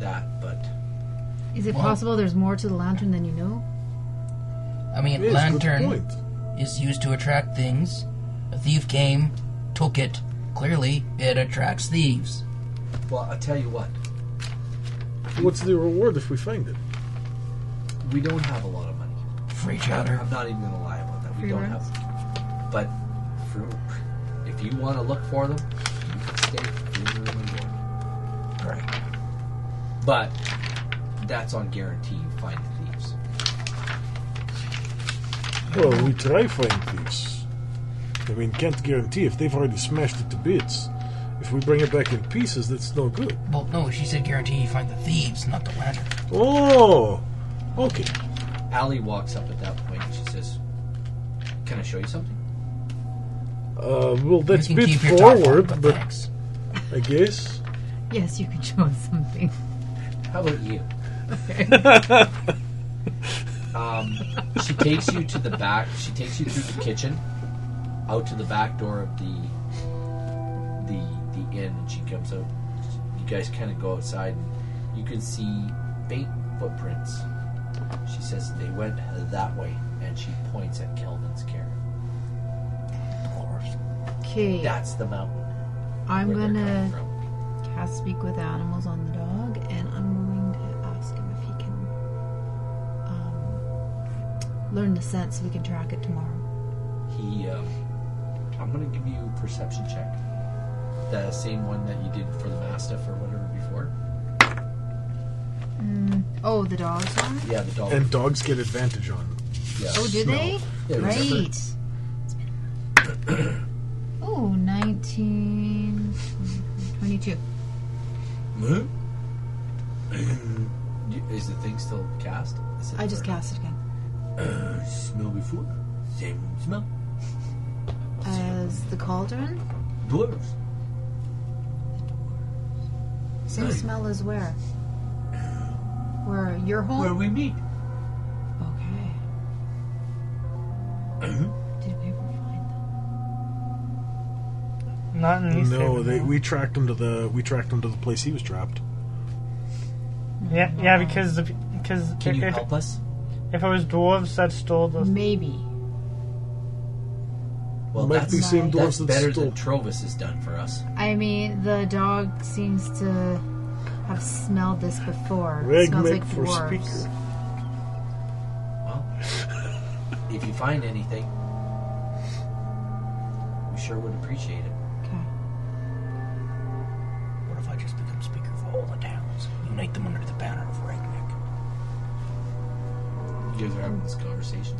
[SPEAKER 2] that, but
[SPEAKER 6] Is it
[SPEAKER 7] Wow.
[SPEAKER 6] possible there's more to the lantern than you know?
[SPEAKER 7] I
[SPEAKER 4] Yes,
[SPEAKER 7] mean,
[SPEAKER 4] good
[SPEAKER 7] lantern
[SPEAKER 4] point.
[SPEAKER 7] is used to attract things. A thief came, took it. Clearly, it attracts thieves.
[SPEAKER 2] well, I'll tell you what.
[SPEAKER 4] What's the reward if we find it?
[SPEAKER 2] We don't have a lot of money.
[SPEAKER 7] Free chowder.
[SPEAKER 2] I'm not even gonna lie about that. We
[SPEAKER 6] Free
[SPEAKER 2] don't
[SPEAKER 6] rooms?
[SPEAKER 2] have, but fruit. If you want to look for them, you can stay. in your room and board.
[SPEAKER 7] Right.
[SPEAKER 2] But that's on guarantee you find the thieves.
[SPEAKER 4] Well, we try find thieves. I mean, can't guarantee if they've already smashed it to bits. If we bring it back in pieces, that's no good.
[SPEAKER 7] Well, no, she said guarantee you find the thieves, not the latter.
[SPEAKER 4] Oh, okay.
[SPEAKER 2] Allie walks up at that point and she says, Can I show you something?
[SPEAKER 4] Uh, well, that's a
[SPEAKER 7] you can
[SPEAKER 4] bit
[SPEAKER 7] keep your top
[SPEAKER 4] forward,
[SPEAKER 7] up,
[SPEAKER 4] but
[SPEAKER 7] thanks.
[SPEAKER 4] I guess.
[SPEAKER 5] Yes, you can show us something.
[SPEAKER 2] How about you? um, she takes you to the back. She takes you through the kitchen, out to the back door of the the the inn, and she comes out. You guys kind of go outside, and you can see faint footprints. She says they went that way, and she points at Kelvin's care.
[SPEAKER 5] Okay,
[SPEAKER 2] That's the mountain.
[SPEAKER 5] I'm
[SPEAKER 2] where they're coming
[SPEAKER 5] gonna
[SPEAKER 2] from.
[SPEAKER 5] cast speak with animals on the dog, and I'm going to ask him if he can um, learn the scent so we can track it tomorrow.
[SPEAKER 2] He, um, I'm gonna give you a perception check. The same one that you did for the mastiff or whatever before.
[SPEAKER 5] Oh, the dog's one.
[SPEAKER 2] Yeah, the dog.
[SPEAKER 4] And dogs get advantage on them.
[SPEAKER 2] yeah.
[SPEAKER 5] Oh, do they?
[SPEAKER 2] Yeah,
[SPEAKER 5] Right.
[SPEAKER 2] remember?
[SPEAKER 5] Oh, 19, 22.
[SPEAKER 2] You- Is the thing still cast? Is it
[SPEAKER 5] I just
[SPEAKER 2] or-
[SPEAKER 5] cast it again.
[SPEAKER 2] Smell before. Same smell.
[SPEAKER 5] As the cauldron?
[SPEAKER 2] Dwarves.
[SPEAKER 5] Same smell as where? Where your home?
[SPEAKER 2] Where we meet.
[SPEAKER 5] Okay. Did we ever find them?
[SPEAKER 3] Not in these
[SPEAKER 4] No,
[SPEAKER 3] tables,
[SPEAKER 4] they, we tracked him to the we tracked him to the place he was trapped.
[SPEAKER 3] Yeah, yeah, because the, because
[SPEAKER 2] Can you
[SPEAKER 3] if,
[SPEAKER 2] help us?
[SPEAKER 3] if it was dwarves that stole the
[SPEAKER 5] Maybe.
[SPEAKER 2] Well,
[SPEAKER 4] Might
[SPEAKER 2] that's,
[SPEAKER 4] be same
[SPEAKER 2] that's
[SPEAKER 4] dwarves that
[SPEAKER 2] better
[SPEAKER 4] stole.
[SPEAKER 2] than Trovis has done for us.
[SPEAKER 5] I mean, the dog seems to have smelled this before. It
[SPEAKER 4] Reg
[SPEAKER 5] smells
[SPEAKER 4] make
[SPEAKER 5] like
[SPEAKER 4] for
[SPEAKER 5] dwarves.
[SPEAKER 4] speaker.
[SPEAKER 2] Well, if you find anything, we sure would appreciate it.
[SPEAKER 5] Okay.
[SPEAKER 7] What if I just become speaker for all the towns? Unite them under the banner of Ragnik.
[SPEAKER 2] You guys are having this conversation.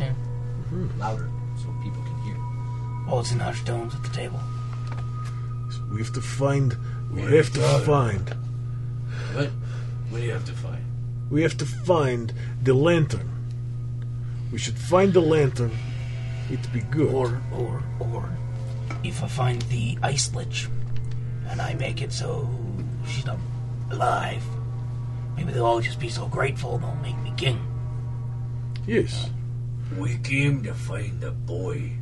[SPEAKER 7] Yeah.
[SPEAKER 2] Louder, so people can hear.
[SPEAKER 7] All it's in hushed tones at the table.
[SPEAKER 4] So we have to find. We
[SPEAKER 2] Where
[SPEAKER 4] have to
[SPEAKER 2] dog?
[SPEAKER 4] find.
[SPEAKER 2] What? What do you have to find?
[SPEAKER 4] We have to find the lantern. We should find the lantern. It'd be good.
[SPEAKER 7] Or, or, or, if I find the ice lich and I make it so she's not alive, maybe they'll all just be so grateful they'll make me king.
[SPEAKER 4] yes.
[SPEAKER 2] We came to find the boy.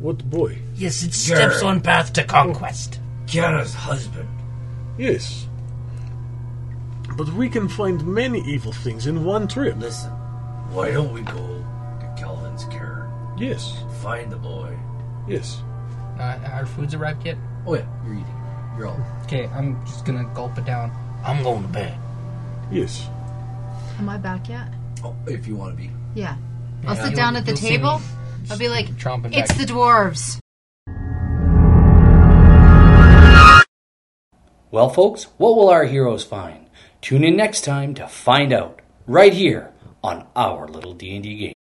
[SPEAKER 4] What boy?
[SPEAKER 7] Yes, it's
[SPEAKER 2] Sure.
[SPEAKER 7] steps on path to conquest.
[SPEAKER 2] Kiara's husband.
[SPEAKER 4] Yes. But we can find many evil things in one trip.
[SPEAKER 2] Listen, why don't we go to Kelvin's care?
[SPEAKER 4] Yes.
[SPEAKER 2] Find the boy.
[SPEAKER 4] Yes.
[SPEAKER 7] Uh, our food's arrived yet?
[SPEAKER 2] Oh yeah, you're eating. You're all.
[SPEAKER 7] Okay, I'm just gonna gulp it down. I'm going to bed.
[SPEAKER 4] Yes.
[SPEAKER 5] Am I back yet?
[SPEAKER 2] Oh, if you want to be.
[SPEAKER 5] Yeah. I'll
[SPEAKER 7] Yeah,
[SPEAKER 5] sit
[SPEAKER 7] you'll-
[SPEAKER 5] down at the
[SPEAKER 7] you'll see
[SPEAKER 5] table.
[SPEAKER 7] me
[SPEAKER 5] I'll be like,
[SPEAKER 7] tromping
[SPEAKER 5] it's
[SPEAKER 7] back.
[SPEAKER 5] the dwarves.
[SPEAKER 10] Well, folks, what will our heroes find? Tune in next time to find out, right here on our little D&D game.